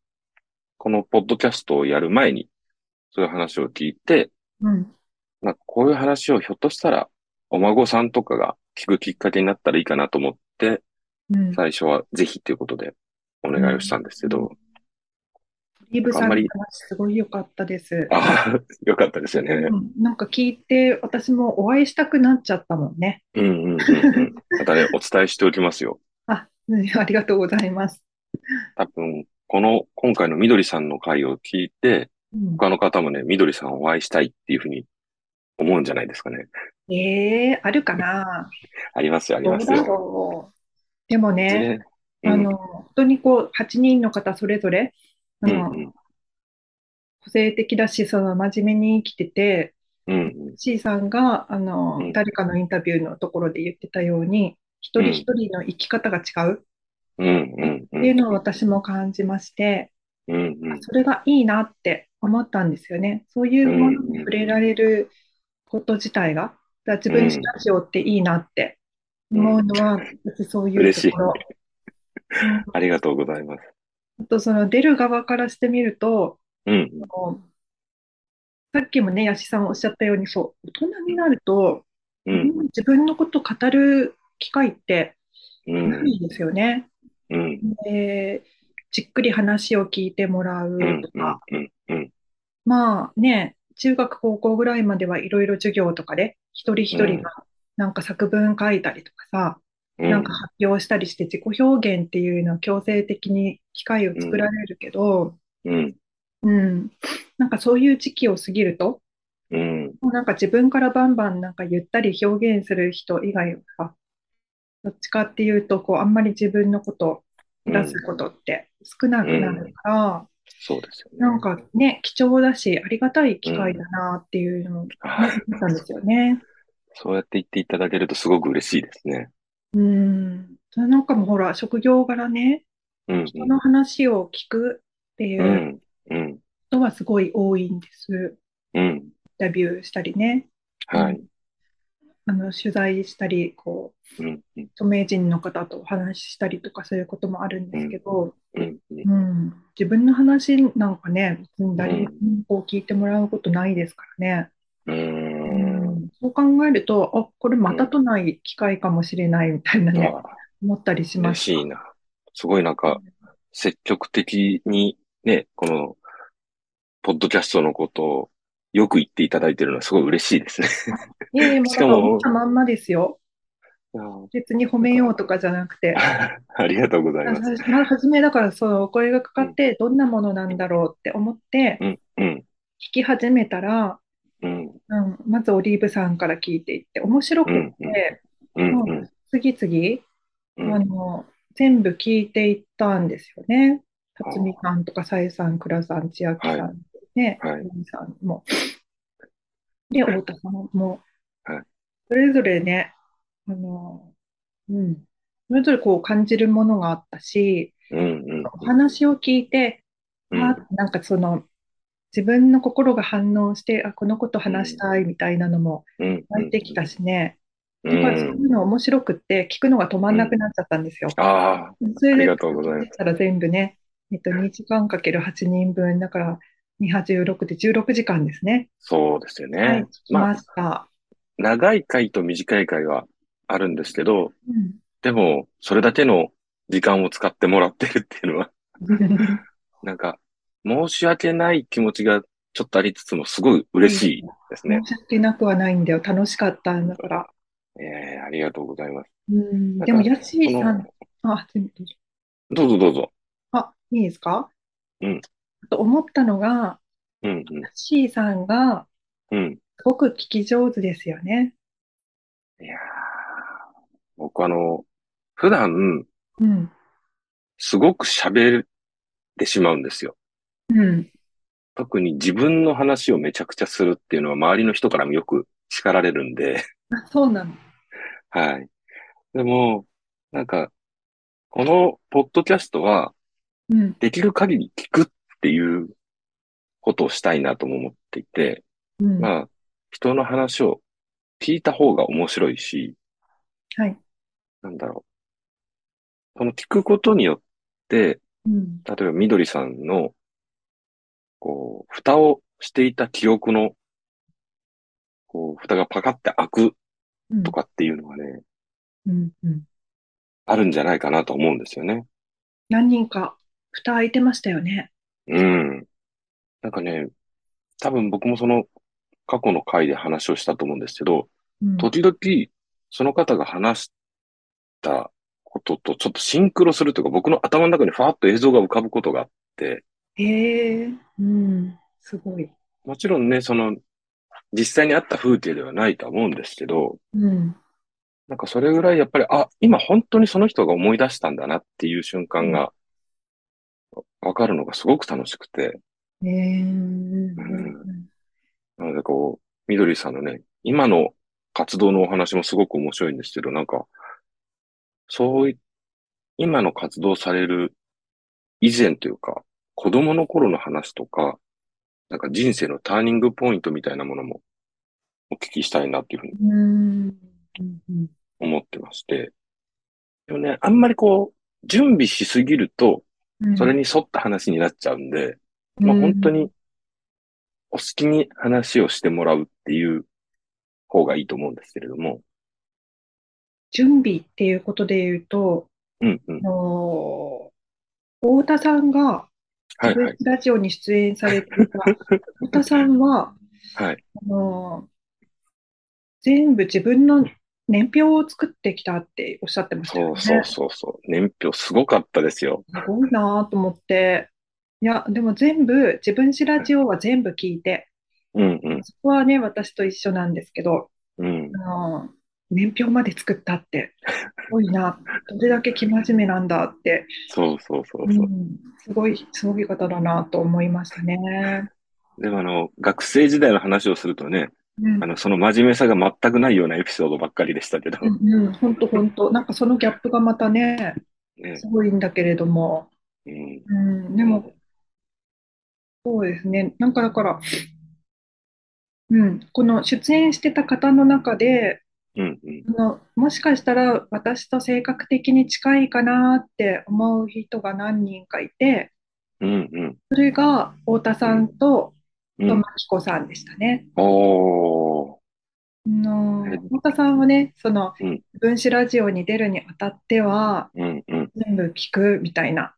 Speaker 1: このポッドキャストをやる前に、そういう話を聞いて、
Speaker 2: うん。
Speaker 1: まあ、こういう話をひょっとしたら、お孫さんとかが聞くきっかけになったらいいかなと思って、
Speaker 2: うん。
Speaker 1: 最初はぜひということでお願いをしたんですけど、
Speaker 2: リブさんの
Speaker 1: あんま
Speaker 2: 話
Speaker 1: り
Speaker 2: すごい良かったです。
Speaker 1: ああ、よかったですよね
Speaker 2: う。ん、なんか聞いて、私もお会いしたくなっちゃったもんね。
Speaker 1: うんうんうんうん。またね、お伝えしておきますよ。
Speaker 2: あ、うん ありがとうございます。
Speaker 1: 多分、この、今回のみどりさんの回を聞いて、
Speaker 2: うん
Speaker 1: 他の方もね、みどりさんをお会いしたいっていうふうに思うんじゃないですかね。
Speaker 2: ええあるかな
Speaker 1: ありますよ、あり
Speaker 2: どう
Speaker 1: ます
Speaker 2: だ
Speaker 1: よ。
Speaker 2: ろう。でもね、
Speaker 1: ねう
Speaker 2: あ
Speaker 1: ん
Speaker 2: の、本当にこう、8人の方それぞれ、あ
Speaker 1: うん
Speaker 2: の、個性的だし、その、真面目に生きてて、
Speaker 1: うんうんうん
Speaker 2: C さんが、あの、
Speaker 1: うん
Speaker 2: 誰かのインタビューのところで言ってたように、一人一人の生き方が違う
Speaker 1: うんうんう
Speaker 2: っていうんのを私も感じまして、
Speaker 1: うんうん
Speaker 2: それがいいなって思ったんですよね。そういうものに触れられること自体が、だから自分自ラジオっていいなって思うのは、私そういうところ。うん
Speaker 1: ありがとうございます。
Speaker 2: あとその出る側からしてみると、
Speaker 1: うん
Speaker 2: こうさっきもね、ヤシさんおっしゃったように、そう、大人になると、
Speaker 1: うん、
Speaker 2: 自分のこと語る機会って
Speaker 1: う、
Speaker 2: なんいですよね。
Speaker 1: うん、
Speaker 2: で、じっくり話を聞いてもらう
Speaker 1: うん、うん
Speaker 2: とか、、
Speaker 1: うん、うん、
Speaker 2: まあね、中学高校ぐらいまではいろいろ授業とかで、一人一人がなんか作文書いたりとかさ、
Speaker 1: うん、
Speaker 2: なんか発表したりして自己表現っていうのは強制的に機会を作られるけど、
Speaker 1: うん、
Speaker 2: うん、なんかそういう時期を過ぎると、
Speaker 1: うん、
Speaker 2: もうなんか自分からバンバンなんかゆったり表現する人以外はさ、どっちかっていうと、こう、あんまり自分のことを出すことって少なくなるから、
Speaker 1: そうですよね。
Speaker 2: なんかね、貴重だし、ありがたい機会だなっていうのを
Speaker 1: はい、
Speaker 2: 思ったんですよね。
Speaker 1: そうやって言っていただけるとすごく嬉しいですね。
Speaker 2: うん。それなんかもうほら、職業柄ね、
Speaker 1: うん、
Speaker 2: 人の話を聞くって
Speaker 1: う、
Speaker 2: いうん
Speaker 1: うん、
Speaker 2: 人はすごい多いんです。
Speaker 1: うん、
Speaker 2: インタビューしたりね、
Speaker 1: はい。
Speaker 2: あの、取材したり、こう、
Speaker 1: うん、うん、
Speaker 2: 著名人の方とお話ししたりとかそういうこともあるんですけど、
Speaker 1: うん、うん
Speaker 2: うん、自分の話なんかね、別に誰にもこう聞いてもらうことないですからね。
Speaker 1: う
Speaker 2: う
Speaker 1: ーん。
Speaker 2: そう考えると、あ、これまたとない機会かもしれないみたいなね、
Speaker 1: あ
Speaker 2: 思ったりしま
Speaker 1: 嬉
Speaker 2: し
Speaker 1: しいな。すごいなんか、積極的にね、この、ポッドキャストのことをよく言っていただいてるのはすごい嬉しいですね。
Speaker 2: た。いえいえ、もう
Speaker 1: しか
Speaker 2: な
Speaker 1: も
Speaker 2: んか思ったまんまですよ。別に褒めようとかじゃなくて。
Speaker 1: ありがとうござい
Speaker 2: は
Speaker 1: ます。
Speaker 2: は初めだからそのお声がかかってどんなものなんだろうって思って
Speaker 1: うん、うん、
Speaker 2: 聞き始めたら、
Speaker 1: うん、
Speaker 2: うん、まずオリーブさんから聞いていって面白く
Speaker 1: うん、うん、
Speaker 2: て、
Speaker 1: うん、うん、
Speaker 2: 次々、
Speaker 1: うん
Speaker 2: あの、全部聞いていったんですよね。辰巳さんとか、さゆさん、倉さん、千秋さ
Speaker 1: は
Speaker 2: ん、ね、
Speaker 1: はい
Speaker 2: ゆみさんも。で、太田さんも
Speaker 1: はい。
Speaker 2: それぞれね、あの、うん。それぞれこう感じるものがあったし、
Speaker 1: うん、うん、
Speaker 2: お話を聞いて、
Speaker 1: うん
Speaker 2: あ、なんかその、自分の心が反応して、あ、このこと話したいみたいなのも
Speaker 1: うん、
Speaker 2: 湧いてきたしね。
Speaker 1: う。
Speaker 2: やっぱりそうんいうの面白くって、聞くのが止まんなくなっちゃったんですよ。
Speaker 1: ああ、
Speaker 2: それ
Speaker 1: あ
Speaker 2: で、
Speaker 1: りがとうございます
Speaker 2: たら全部ね、えっと、2時間かける8人分、だから、286で16時間ですね。
Speaker 1: そうですよ
Speaker 2: はい、
Speaker 1: ね
Speaker 2: 聞。き
Speaker 1: ま
Speaker 2: ま
Speaker 1: あ、
Speaker 2: した。
Speaker 1: 長い回と短い回はあるんですけど、
Speaker 2: うん。
Speaker 1: でも、それだけの時間を使ってもらってるっていうのは、 なんか、申し訳ない気持ちがちょっとありつつも、すごい嬉しいですね
Speaker 2: 申。し訳なくはないんだよ。楽しかったんだから。
Speaker 1: ええありがとうございます。
Speaker 2: うん。
Speaker 1: なん
Speaker 2: で
Speaker 1: か
Speaker 2: も、や
Speaker 1: こ
Speaker 2: しさ
Speaker 1: の
Speaker 2: ん、、あ、全部どう
Speaker 1: ど
Speaker 2: ぞ
Speaker 1: うぞどうぞ。
Speaker 2: あ、いいですか
Speaker 1: うん。
Speaker 2: あと思ったのが、
Speaker 1: うん、
Speaker 2: やしさんが、
Speaker 1: うん、うん。
Speaker 2: すごく聞き上手ですよね。
Speaker 1: いやー僕あの、普段、
Speaker 2: うん。
Speaker 1: すごく喋ってしまうんですよ。
Speaker 2: うん。
Speaker 1: 特に自分の話をめちゃくちゃするっていうのは、周りの人からもよく叱られるんで、
Speaker 2: あ、そうなの。
Speaker 1: はい。でも、なんか、このポッドキャストは、
Speaker 2: うん。
Speaker 1: できる限り聞くっていうことをしたいなとも思っていて、
Speaker 2: うん。
Speaker 1: まあ、人の話を聞いた方が面白いし、
Speaker 2: はい。
Speaker 1: なんだろう。この聞くことによって、
Speaker 2: うん。
Speaker 1: 例えばみどりさんの、こう、蓋をしていた記憶の、こう、蓋がパカって開く
Speaker 2: うん
Speaker 1: と。かっていうのがね、
Speaker 2: うん。うん。
Speaker 1: あるんじゃないかなと思うんですよね。
Speaker 2: 何人か、蓋開いてましたよね。
Speaker 1: うん。なんかね、多分僕もその過去の回で話をしたと思うんですけど、
Speaker 2: うん。
Speaker 1: 時々、その方が話したこととちょっとシンクロするというか、僕の頭の中にファーッと映像が浮かぶことがあって、
Speaker 2: ええうん、すごい。
Speaker 1: もちろんね、その、実際にあった風景ではないとは思うんですけど、
Speaker 2: うん、
Speaker 1: なんかそれぐらいやっぱり、あ、今本当にその人が思い出したんだなっていう瞬間が、わかるのがすごく楽しくて、
Speaker 2: ええうん、
Speaker 1: なのでこう、みどりさんのね、今の活動のお話もすごく面白いんですけど、なんか、そうい、今の活動される以前というか、子供の頃の話とか、なんか人生のターニングポイントみたいなものもお聞きしたいなっていうふうに
Speaker 2: うん、うん、うん、
Speaker 1: 思ってまして。でもね、あんまりこう、準備しすぎると、
Speaker 2: うん
Speaker 1: それに沿った話になっちゃうんで、
Speaker 2: うん
Speaker 1: まあ本当に、お好きに話をしてもらうっていう方がいいと思うんですけれども。
Speaker 2: 準備っていうことで言うと、
Speaker 1: うんうん。
Speaker 2: あの太田さんが
Speaker 1: はいはい。
Speaker 2: ラジオに出演されてい た太田さんは、
Speaker 1: はい。
Speaker 2: あの全部自分の年表を作ってきたっておっしゃってました
Speaker 1: そ
Speaker 2: よ
Speaker 1: うそう
Speaker 2: ね。
Speaker 1: そうそう。年表すごかったですよ。
Speaker 2: すごいなと思って。いや、でも全部、自分史ラジオは全部聞いて、
Speaker 1: うんうん。
Speaker 2: そこはね、私と一緒なんですけど、
Speaker 1: うん。
Speaker 2: あの年表まで作ったって、すごいな、どれだけ生真面目なんだって、
Speaker 1: そうそうそう
Speaker 2: う
Speaker 1: そう。
Speaker 2: ん、すごい、すごい方だなと思いましたね。
Speaker 1: でもあの、学生時代の話をするとね、
Speaker 2: うん
Speaker 1: あの、その真面目さが全くないようなエピソードばっかりでしたけど、
Speaker 2: うんうん、本当本当、なんかそのギャップがまたね、
Speaker 1: ね
Speaker 2: す。ごいんだけれども、
Speaker 1: うん。
Speaker 2: うん、でも、そうですね、なんかだから、うん、この出演してた方の中で、
Speaker 1: うんうん。
Speaker 2: あの、もしかしたら私と性格的に近いかなって思う人が何人かいて、
Speaker 1: うんうん。
Speaker 2: それが太田さんと、
Speaker 1: う
Speaker 2: と
Speaker 1: ん
Speaker 2: ま。きこさんでしたね。
Speaker 1: おー。
Speaker 2: あの
Speaker 1: はい
Speaker 2: 太田さんはね、その
Speaker 1: うん
Speaker 2: 分子ラジオに出るにあたっては、
Speaker 1: うんうん。
Speaker 2: 全部聞くみたいな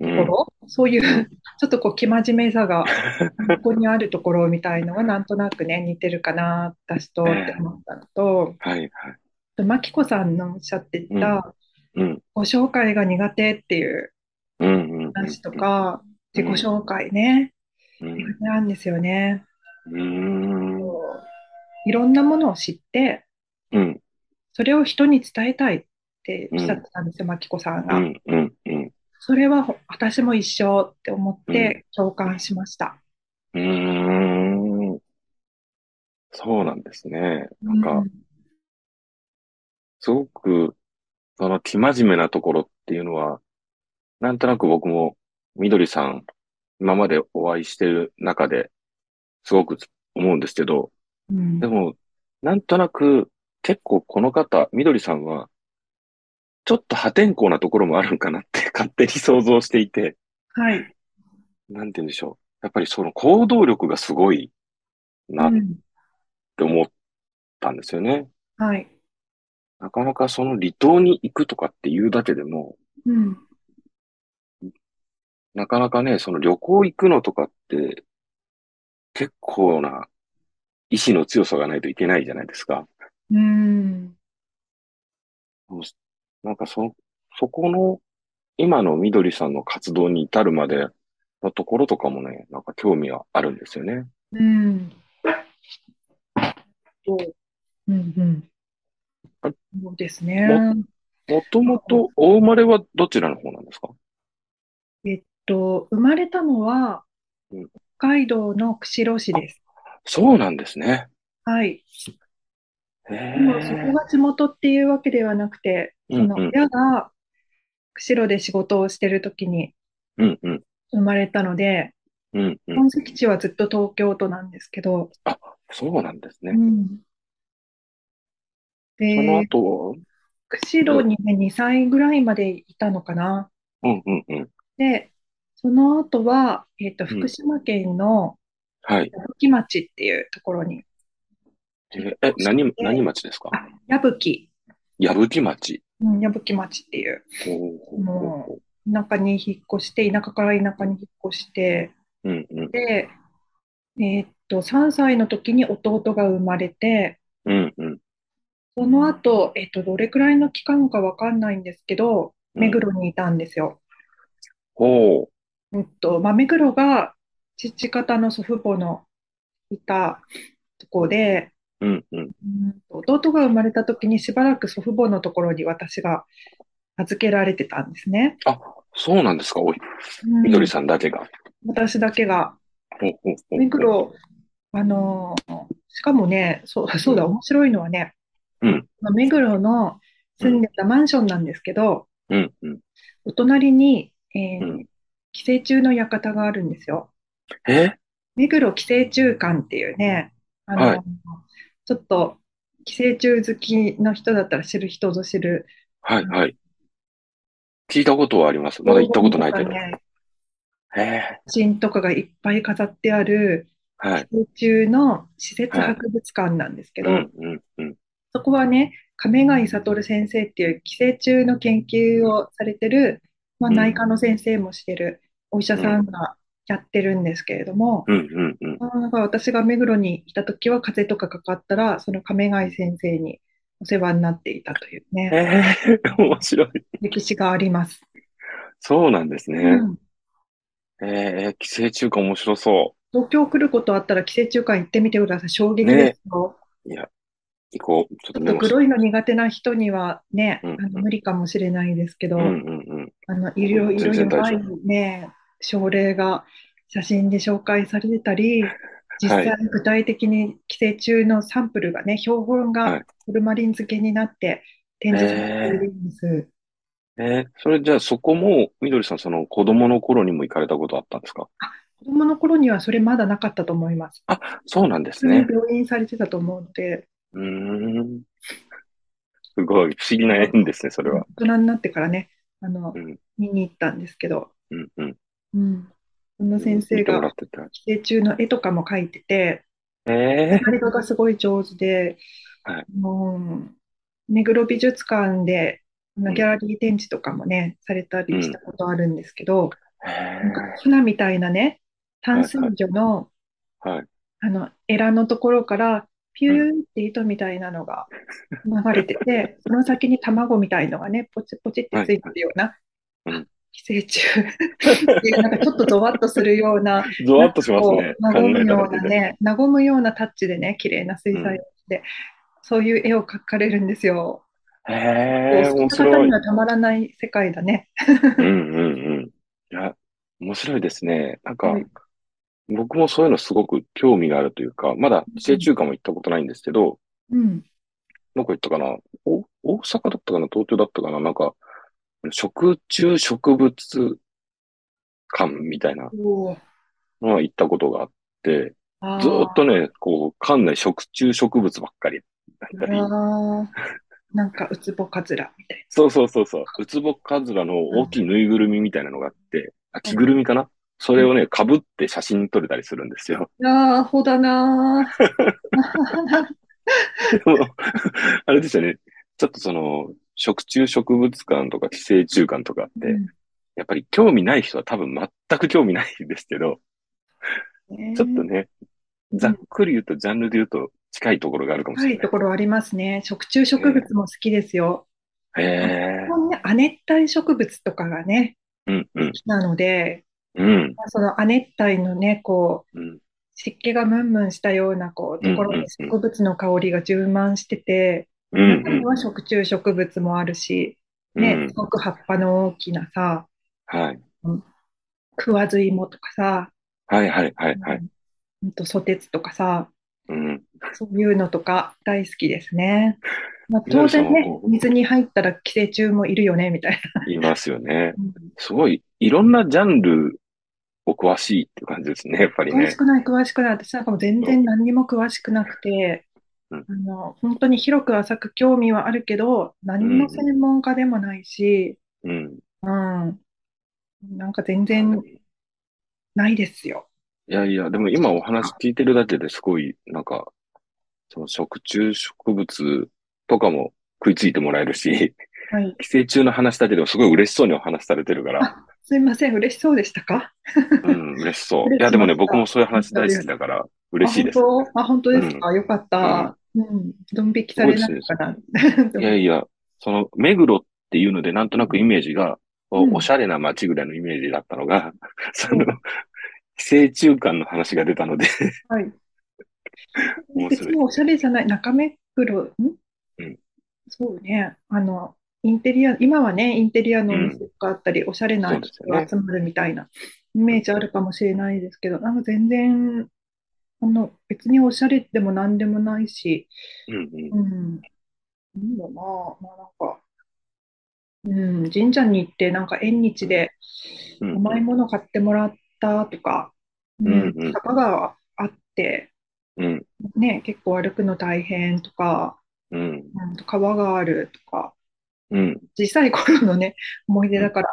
Speaker 1: う
Speaker 2: と
Speaker 1: ん。
Speaker 2: ころ、そういう ちょっとこう生真面目さがここにあるところみたいのはなんとなくね似てるかな私とって思ったのと、
Speaker 1: はいはい。
Speaker 2: あとマキコさんのおっしゃっていた
Speaker 1: うん。
Speaker 2: ご紹介が苦手っていう
Speaker 1: うんうん。
Speaker 2: 話と。か、
Speaker 1: うん
Speaker 2: 自己紹介ね、
Speaker 1: うん。
Speaker 2: なんですよね。
Speaker 1: うん。
Speaker 2: こういろんなものを知って
Speaker 1: うん。
Speaker 2: それを人に伝えたいっておっしゃってたんですよ、マキコさん
Speaker 1: う
Speaker 2: が。
Speaker 1: ん。うん。うん。
Speaker 2: それは私も一緒って思って共感しました。
Speaker 1: うん。そうなんですね。なん
Speaker 2: う
Speaker 1: か、すごく、その、生真面目なところっていうのは、なんとなく僕も、みどりさん、今までお会いしてる中で、すごく思うんですけど、
Speaker 2: うん
Speaker 1: でも、なんとなく、結構この方、みどりさんは、ちょっと破天荒なところもあるんかなって 勝手に想像していて、
Speaker 2: はい。
Speaker 1: なんて言うんでしょう。やっぱりその行動力がすごいなっ
Speaker 2: うん
Speaker 1: て思ったんですよね。
Speaker 2: はい。
Speaker 1: なかなかその離島に行くとかっていうだけでも、
Speaker 2: うん。
Speaker 1: なかなかね、その旅行行くのとかって、結構な意志の強さがないといけないじゃないですか。
Speaker 2: うん。
Speaker 1: なんかそ、そこの、今のみどりさんの活動に至るまでのところとかもね、なんか興味があるんですよね。
Speaker 2: うん。そう。うんうん。
Speaker 1: あ
Speaker 2: そうですね。
Speaker 1: もともと、お生まれはどちらの方なんですか
Speaker 2: えっと、生まれたのは
Speaker 1: うん、
Speaker 2: 北海道の釧路市です。
Speaker 1: そうなんですね。
Speaker 2: はい。
Speaker 1: へえ
Speaker 2: でも、そこが地元っていうわけではなくて、
Speaker 1: う
Speaker 2: そ
Speaker 1: んうん
Speaker 2: の親が釧路で仕事をしてるときに
Speaker 1: うんうん。
Speaker 2: 生まれたので、
Speaker 1: うんうん。
Speaker 2: 本籍地はずっと東京都なんですけど、
Speaker 1: そうなんですね
Speaker 2: う。ん。
Speaker 1: その
Speaker 2: で、
Speaker 1: 後は、
Speaker 2: 釧路にね、2歳ぐらいまでいたのかな。
Speaker 1: うんうんうん。
Speaker 2: で、その後は、えっと、
Speaker 1: ん
Speaker 2: 福島県の
Speaker 1: はい。
Speaker 2: 矢吹町っていうところに、
Speaker 1: え、え何、何町ですか
Speaker 2: あ、矢吹、
Speaker 1: 矢吹町。
Speaker 2: うん、矢吹町っていう、
Speaker 1: ほうほうほうほ
Speaker 2: 田舎に引っ越して、田舎から田舎に引っ越して、
Speaker 1: ううんうん。
Speaker 2: で、えっと、3歳の時に弟が生まれて、
Speaker 1: うんうん。
Speaker 2: その後、えっと、どれくらいの期間かわかんないんですけど、
Speaker 1: う
Speaker 2: 目
Speaker 1: ん
Speaker 2: 黒にいたんですよ。
Speaker 1: ほう。
Speaker 2: うんと、まあ、目黒が父方の祖父母のいたとこで、
Speaker 1: うんうん。
Speaker 2: うんと弟が生まれた時にしばらく祖父母のところに私が預けられてたんですね。
Speaker 1: そうなんですかおい、
Speaker 2: うん
Speaker 1: みどりさんだけが。
Speaker 2: 私だけが。
Speaker 1: ほうほうほう
Speaker 2: 目黒、あのーしかもね、そう、そうだ、面白いのはね、
Speaker 1: うん
Speaker 2: まあ目黒の住んでたマンションなんですけど、
Speaker 1: うんうん。
Speaker 2: お隣に、えー
Speaker 1: うん
Speaker 2: 寄生虫の館があるんですよ。
Speaker 1: え
Speaker 2: 目黒寄生虫館っていうね、あの、
Speaker 1: はい
Speaker 2: ちょっと寄生虫好きの人だったら知る人ぞ知る、
Speaker 1: はいはい。聞いたことはあります。まだ行ったことないけど。
Speaker 2: 黄金とかね
Speaker 1: へえ。
Speaker 2: 写真とかがいっぱい飾ってある、
Speaker 1: はい。
Speaker 2: 寄生虫の施設博物館なんですけ
Speaker 1: う
Speaker 2: ど、
Speaker 1: ん、うん、うん。
Speaker 2: そこはね、亀貝悟先生っていう寄生虫の研究をされてる、ま
Speaker 1: う
Speaker 2: あ、
Speaker 1: ん
Speaker 2: 内科の先生もしてるお医者さんがやってるんですけれども、
Speaker 1: うん、うん、うん。
Speaker 2: まあなんか私が目黒にいた時は風邪とかかかったら、その亀貝先生にお世話になっていたというね、
Speaker 1: ええ、面白い。
Speaker 2: 歴史があります。
Speaker 1: そうなんです
Speaker 2: う
Speaker 1: ね。
Speaker 2: ん、
Speaker 1: ええ、寄生虫か面白そ
Speaker 2: 東京来ることあったら寄生虫館行ってみてください。衝撃ですよ。
Speaker 1: う。いや、行こう。ちょっ
Speaker 2: ち
Speaker 1: と
Speaker 2: ょっ
Speaker 1: メ
Speaker 2: と
Speaker 1: モし
Speaker 2: 黒いの苦手な人にはね、
Speaker 1: うん
Speaker 2: あの無理かもしれないですけど、
Speaker 1: うん、うん、うん。
Speaker 2: あの、いろいろ
Speaker 1: 全然
Speaker 2: やば
Speaker 1: 大丈
Speaker 2: いね、症例が写真で紹介されてたり、実際具体的に寄生虫のサンプルがね、標本
Speaker 1: は
Speaker 2: が
Speaker 1: い
Speaker 2: ホルマリン漬けになって展示されているんです。
Speaker 1: ええ、それじゃあそこも、みどりさん、その子供の頃にも行かれたことあったんですか
Speaker 2: 子供の頃にはそれまだなかったと思います。
Speaker 1: あ、そうなんです
Speaker 2: 普通に
Speaker 1: ね。
Speaker 2: 病院されてたと思うので、
Speaker 1: うーん。すごい、不思議な縁ですね、それ
Speaker 2: 大
Speaker 1: は。
Speaker 2: 人になってからね、あの
Speaker 1: うん、
Speaker 2: 見に行ったんですけど、
Speaker 1: うん、うん。
Speaker 2: うん、その先生
Speaker 1: 見ても
Speaker 2: が
Speaker 1: らってた。
Speaker 2: 寄生虫の絵とかも描いてて、
Speaker 1: ええ、
Speaker 2: あれがすごい上手で
Speaker 1: はい、
Speaker 2: うん、目黒美術館であの
Speaker 1: うん
Speaker 2: ギャラリー展示とかもね、されたりしたことあるんですけど、
Speaker 1: え
Speaker 2: なんか船みたいなね、淡水魚の、
Speaker 1: え、はい。
Speaker 2: あのエラのところからピューって糸みたいなのが流れて て、その先に卵みたいのがね、ポチポチってついてるような、
Speaker 1: はいはいうん
Speaker 2: あ寄生虫 っていう、なんかちょっとゾワッとするような、
Speaker 1: ゾワッとしますね。
Speaker 2: なんかこう
Speaker 1: 考
Speaker 2: 和む
Speaker 1: えた
Speaker 2: よ
Speaker 1: だ
Speaker 2: う
Speaker 1: け
Speaker 2: な
Speaker 1: で。
Speaker 2: ね、和むようなタッチでね、綺麗な水彩で、そういう絵を描かれるんですよ。
Speaker 1: へえ、
Speaker 2: そう
Speaker 1: 面
Speaker 2: その方
Speaker 1: 白い
Speaker 2: に。はたまらない世界だね。
Speaker 1: うんうんうん。いや、面白いですね。なんか
Speaker 2: はい、
Speaker 1: 僕もそういうのすごく興味があるというか、まだ寄生虫館も行ったことないんですけど、
Speaker 2: うん。
Speaker 1: どこ行ったかなお、大阪だったかな東京だったかななんか、食虫植物館みたいな
Speaker 2: おー
Speaker 1: のは行ったことがあって、
Speaker 2: あー
Speaker 1: ずーっとね、こう、館内食虫植物ばっかりだったり、
Speaker 2: あーなんかウツボカズラみたい
Speaker 1: そうそうそうそう。ウツボカズラの大きいぬいぐるみみたいなのがあって、あ、着ぐるみかなそれをね、被って写真撮れたりするんですよ。
Speaker 2: な。ああ、アホだなー。
Speaker 1: でもあれですよね。ちょっとその、食虫植物館とか寄生虫館とか って、
Speaker 2: うん
Speaker 1: やっぱり興味ない人は多分全く興味ないんですけど、
Speaker 2: ね
Speaker 1: ちょっとね、ざっくり言うと、ジャンルで言うと近いところがあるかもし
Speaker 2: 深
Speaker 1: れ
Speaker 2: い
Speaker 1: な
Speaker 2: と
Speaker 1: い。
Speaker 2: ころありますね。食虫植物も好きですよ。
Speaker 1: へえ
Speaker 2: 基。本ね、亜熱帯植物とかがね、
Speaker 1: うん、うん、
Speaker 2: なので、
Speaker 1: うん、
Speaker 2: その亜熱帯のね、こう、
Speaker 1: うん、
Speaker 2: 湿気がムンムンしたようなこうところ
Speaker 1: うんうん
Speaker 2: に植物の香りが充満してて、
Speaker 1: う
Speaker 2: 中に
Speaker 1: ん、
Speaker 2: は食虫植物もあるし、
Speaker 1: うん、
Speaker 2: ね、すごく葉っぱの大きなさ、
Speaker 1: はい。
Speaker 2: 食わず芋とかさ、
Speaker 1: はい、はい、はい、はい。
Speaker 2: うんとソテツとかさ、
Speaker 1: うん、
Speaker 2: そういうのとか大好きですね。まあ、
Speaker 1: みど
Speaker 2: 当
Speaker 1: りさん
Speaker 2: 然
Speaker 1: は
Speaker 2: ね
Speaker 1: こ、う
Speaker 2: 水に入ったら寄生虫もいるよね、みたい
Speaker 1: いますよね。
Speaker 2: な。
Speaker 1: すごい、いろんなジャンルを詳しいっていう感じですね、やっぱり
Speaker 2: 詳し
Speaker 1: ね。
Speaker 2: くない、詳しくない。私なんかも全然何にも詳しくなくて、
Speaker 1: うん
Speaker 2: あの、本当に広く浅く興味はあるけど、何も専門家でもないし、
Speaker 1: うん。
Speaker 2: うん。なんか全然ないですよ。
Speaker 1: いやいや、でも今お話聞いてるだけですごい、なんか、その食虫植物とかも食いついてもらえるし、
Speaker 2: はい。
Speaker 1: 寄生虫の話だけでもすごい嬉しそうにお話しされてる から、
Speaker 2: すいません、嬉しそうでしたか
Speaker 1: うん、嬉しそう。
Speaker 2: 嬉し
Speaker 1: いや、でもね、
Speaker 2: そう
Speaker 1: 僕もそういう話大好きだから、嬉しいです。
Speaker 2: あ、本当あ、本当ですかよかった。うん。ドン引きされなかったな。
Speaker 1: いやいや、その、目黒っていうので、なんとなくイメージが、お
Speaker 2: うん
Speaker 1: おしゃれな街ぐらいのイメージだったのが、その、寄生虫館の話が出たので、
Speaker 2: はい。
Speaker 1: 面白い
Speaker 2: 別におしゃれじゃない、中目黒、ん
Speaker 1: うん
Speaker 2: そうね、あの、インテリア、今はね、インテリアのお店があったり、おしゃれな
Speaker 1: そうです
Speaker 2: 人
Speaker 1: よね
Speaker 2: が集まるみたいなイメージあるかもしれないですけど、なんか全然、あの、別におしゃれでも何でもないし、
Speaker 1: うんうん
Speaker 2: うん。なんだろうな、まあなんか、うん、神社に行って、なんか縁日で
Speaker 1: うん
Speaker 2: 甘いもの買ってもらったとか、うん
Speaker 1: うんうん
Speaker 2: 坂があって、
Speaker 1: うん、
Speaker 2: ね、結構歩くの大変とか、
Speaker 1: うん、
Speaker 2: うん、川があるとか、
Speaker 1: うん。
Speaker 2: 小さい頃のね、思い出だから、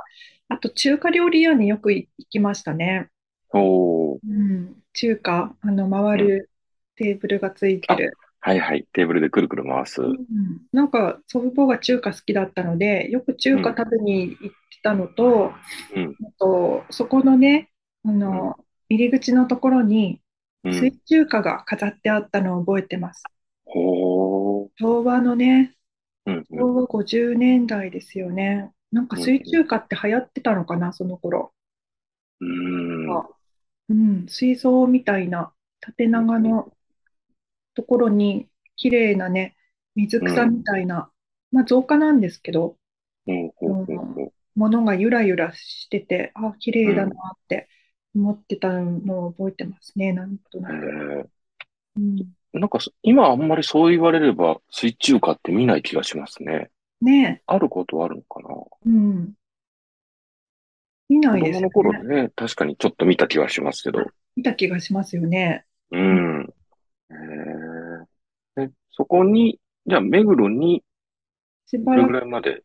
Speaker 2: あと中華料理屋によく行きましたね。
Speaker 1: おー、
Speaker 2: うん、中華、あの、回るテーブルがついてる。
Speaker 1: はいはい、テーブルでくるくる回す。
Speaker 2: うんなんか祖父母が中華好きだったので、よく中華食べに行ってたのと、
Speaker 1: うん
Speaker 2: あとそこのね、あの、入り口のところに
Speaker 1: う
Speaker 2: 水
Speaker 1: ん。
Speaker 2: 中華が飾ってあったのを覚えてます。
Speaker 1: ほー、
Speaker 2: 昭和のね、
Speaker 1: うん、うん。
Speaker 2: 昭和50年代ですよね。なんか水中華って流行ってたのかな、その頃。
Speaker 1: うーん。
Speaker 2: あうん、水槽みたいな縦長のところに綺麗なね、水草みたいな、まあ造花なんですけど、
Speaker 1: うん、ほうほうほう。
Speaker 2: ものがゆらゆらしてて、あ、綺麗だなって思ってたのを覚えてますね、なんとな
Speaker 1: へ
Speaker 2: く。
Speaker 1: ー
Speaker 2: うん、
Speaker 1: なんかそ、今あんまりそう言われれば、水中華って見ない気がしますね。
Speaker 2: ね
Speaker 1: あることはあるのかな。
Speaker 2: え、うん。見な
Speaker 1: 子
Speaker 2: いで
Speaker 1: 供
Speaker 2: すよ
Speaker 1: の頃
Speaker 2: ね。
Speaker 1: ね、確かにちょっと見た気はしますけど。
Speaker 2: 見た気がしますよね。
Speaker 1: うん。へえ。え、そこに、じゃあ、目黒に、
Speaker 2: しば
Speaker 1: どれ
Speaker 2: ら
Speaker 1: ぐ
Speaker 2: く、
Speaker 1: らいまで。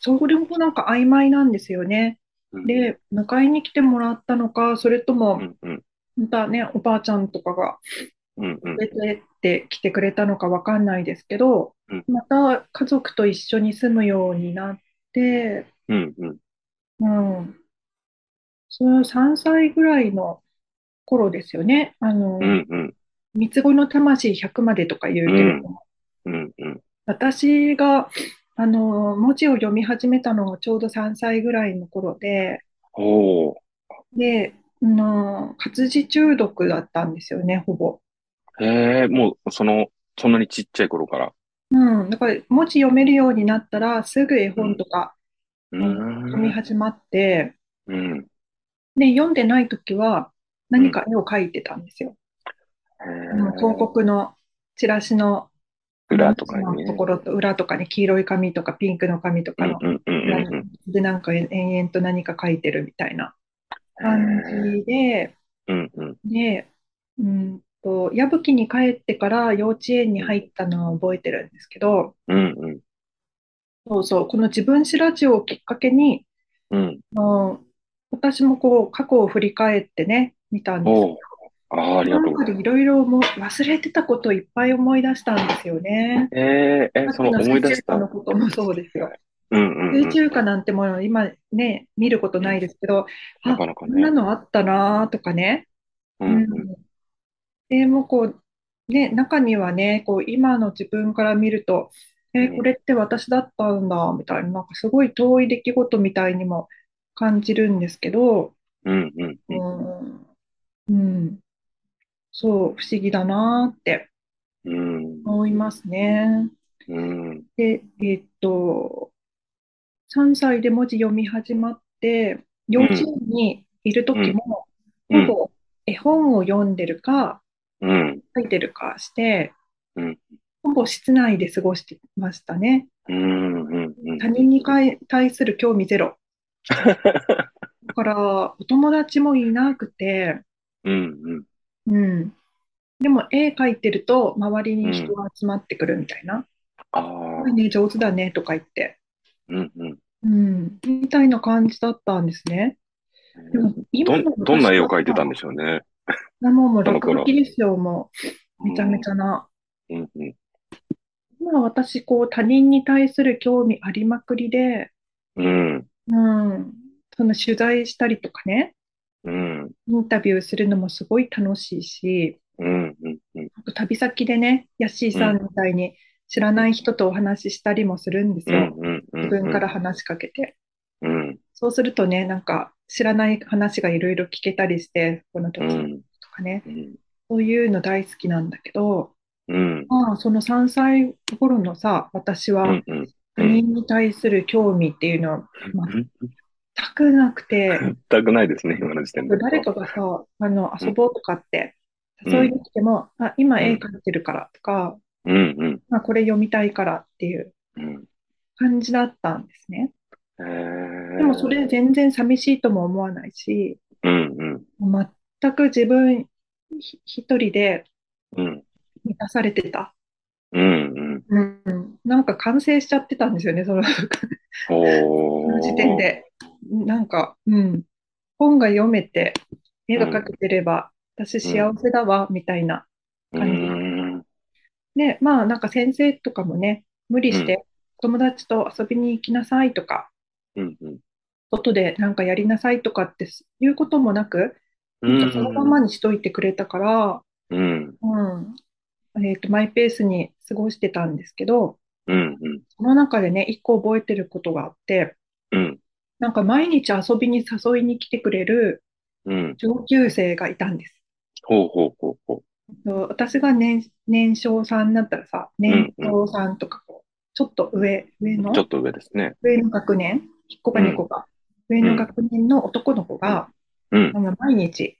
Speaker 2: それもなんか曖昧なんですよね。
Speaker 1: うん、
Speaker 2: で、迎えに来てもらったのか、それと
Speaker 1: う
Speaker 2: も、
Speaker 1: ん、うん、
Speaker 2: またね、おばあちゃんとかが
Speaker 1: うん、うん、
Speaker 2: 連れてって来てくれたのかわかんないですけど
Speaker 1: うん、
Speaker 2: また家族と一緒に住むようになって、
Speaker 1: うん、うん。
Speaker 2: うん、その3歳ぐらいの頃ですよね。あ
Speaker 1: う
Speaker 2: の、
Speaker 1: ん、うん、
Speaker 2: 三つ子の魂100までとか言うけれども、
Speaker 1: うん、うん。
Speaker 2: 私が、あの、文字を読み始めたのがちょうど3歳ぐらいの頃で、
Speaker 1: ほう。
Speaker 2: で、あの、活字中毒だったんですよね、ほぼ。
Speaker 1: へえ、もう、その、そんなにちっちゃい頃から。
Speaker 2: うん、だから文字読めるようになったらすぐ絵本とか
Speaker 1: う
Speaker 2: 読み
Speaker 1: ん、
Speaker 2: 始まって、
Speaker 1: うん。
Speaker 2: で、読んでない時は何か絵を描いてたんですよ。
Speaker 1: へえ
Speaker 2: あの広告のチラシの
Speaker 1: 裏とかにね。
Speaker 2: ところと裏とかに黄色い紙とかピンクの紙と
Speaker 1: う
Speaker 2: か
Speaker 1: ん、
Speaker 2: の
Speaker 1: うん、うん、
Speaker 2: 裏
Speaker 1: うん、うん。
Speaker 2: でなんか延々と何か書いてるみたいな感
Speaker 1: へえ
Speaker 2: じで、
Speaker 1: うん、うん。
Speaker 2: で、うんと、矢吹に帰ってから幼稚園に入ったのを覚えてるんですけど、
Speaker 1: うん、うん、
Speaker 2: そうそう、この自分史ラジオをきっかけに、
Speaker 1: うん。
Speaker 2: あの私もこう過去を振り返ってね、見たんですけ
Speaker 1: ほう。
Speaker 2: ど
Speaker 1: ああ、ありがとうございます。
Speaker 2: いろいろもう忘れてたこといっぱい思い出したんですよね。
Speaker 1: えー、え、
Speaker 2: さっ
Speaker 1: そ
Speaker 2: き
Speaker 1: の
Speaker 2: の
Speaker 1: 思い出し
Speaker 2: 水中華
Speaker 1: た。
Speaker 2: のこともそうですよ。
Speaker 1: うんうんうん。
Speaker 2: 水中華なんてもの今ね、見ることないですけど、
Speaker 1: な
Speaker 2: あ、
Speaker 1: かなか
Speaker 2: こんな
Speaker 1: ね。
Speaker 2: のあったなとかね。
Speaker 1: う
Speaker 2: うん
Speaker 1: うん
Speaker 2: ん。でもうこう、ね、中にはね、こう今の自分から見ると、え
Speaker 1: うん
Speaker 2: これって私だったんだ、みたいな、なんかすごい遠い出来事みたいにも感じるんですけど、
Speaker 1: うんうんうん。
Speaker 2: うん、うん、そう、不思議だなって
Speaker 1: うん
Speaker 2: 思いますね。
Speaker 1: うん
Speaker 2: で、えーっと、3歳で文字読み始まって、幼稚園にいる時も、
Speaker 1: うん
Speaker 2: ほぼ絵本を読んでるか、
Speaker 1: うん
Speaker 2: 書いてるかして
Speaker 1: うん、
Speaker 2: ほぼ室内で過ごしてましたね。
Speaker 1: うんうんうん。
Speaker 2: 他人にかい対する興味 ゼロ。だから、お友達もいなくて、
Speaker 1: うんうん。
Speaker 2: うん。でも絵描いてると周りに人が集まってくるみたいな。
Speaker 1: あ
Speaker 2: す
Speaker 1: あ
Speaker 2: ごい。ね、上手だねとか言って。
Speaker 1: うんうん。
Speaker 2: うん。みたいな感じだったんですね。でも
Speaker 1: ど
Speaker 2: 今
Speaker 1: ん
Speaker 2: の
Speaker 1: どんな絵を描いてたんで
Speaker 2: し
Speaker 1: しょうね。
Speaker 2: ょうもうもう
Speaker 1: どの
Speaker 2: 落
Speaker 1: 頃
Speaker 2: 書きですよ、もう。めちゃめちゃな。
Speaker 1: うんうん
Speaker 2: 今私、こう、他人に対する興味ありまくりで、
Speaker 1: うん
Speaker 2: うん。その取材したりとかね、
Speaker 1: うん
Speaker 2: インタビューするのもすごい楽しいし、
Speaker 1: うんうんうん
Speaker 2: 旅先でね、ヤッシーさんみたいに知らない人とお話ししたりもするんです
Speaker 1: うん
Speaker 2: よ。
Speaker 1: うんうん
Speaker 2: 自分から話しかけて。
Speaker 1: うん
Speaker 2: そうするとね、なんか知らない話がいろいろ聞けたりして、この
Speaker 1: う
Speaker 2: 時と
Speaker 1: ん
Speaker 2: かね、
Speaker 1: うん
Speaker 2: そういうの大好きなんだけど、
Speaker 1: うん
Speaker 2: まあ、その3歳頃のさ、私
Speaker 1: う
Speaker 2: は
Speaker 1: んうん
Speaker 2: 他人に対する興味っていうのは全くなくて、
Speaker 1: 全くないですね、今の時点で。
Speaker 2: 誰かがさ、あの
Speaker 1: うん
Speaker 2: 遊ぼうとかって
Speaker 1: うん
Speaker 2: 誘いに来ても、あ、今
Speaker 1: うん
Speaker 2: 絵描いてるからとか、
Speaker 1: うんうん
Speaker 2: まあ、これ読みたいからっていう
Speaker 1: うん。
Speaker 2: 感じだったんですね。
Speaker 1: で
Speaker 2: でもそれ全然寂しいとも思わないし、
Speaker 1: うんうん
Speaker 2: 全く自分ひ一人で
Speaker 1: うん
Speaker 2: 満たされてた。
Speaker 1: うんうん。
Speaker 2: うん、なんか完成しちゃってたんですよね、そのそ
Speaker 1: お
Speaker 2: の時点で。なんか、うん、本が読めて、絵目がかけてれば、私幸せだわ、みたいな。
Speaker 1: う
Speaker 2: 感じ
Speaker 1: ーん。
Speaker 2: で、まあなんか先生とかもね、無理して友達と遊びに行きなさいとか、
Speaker 1: うんうん。
Speaker 2: 外でなんかやりなさいとかっていうこともなく、
Speaker 1: うん
Speaker 2: そのままにしといてくれたから、
Speaker 1: うん。
Speaker 2: うん。えっと、マイペースに過ごしてたんですけど、
Speaker 1: うんうん。
Speaker 2: その中でね、一個覚えてることがあって、
Speaker 1: うん。
Speaker 2: なんか毎日遊びに誘いに来てくれる
Speaker 1: うん。
Speaker 2: 上級生がいたんです。
Speaker 1: ほうほうほうほ
Speaker 2: そう私が年、年少さんになったらさ、年長さんとかこう、ちょっと上、上の
Speaker 1: う。ちょっと上ですね。
Speaker 2: 上の学年、1個か2個か、上の学年の男の子が、
Speaker 1: うん
Speaker 2: あ。の毎日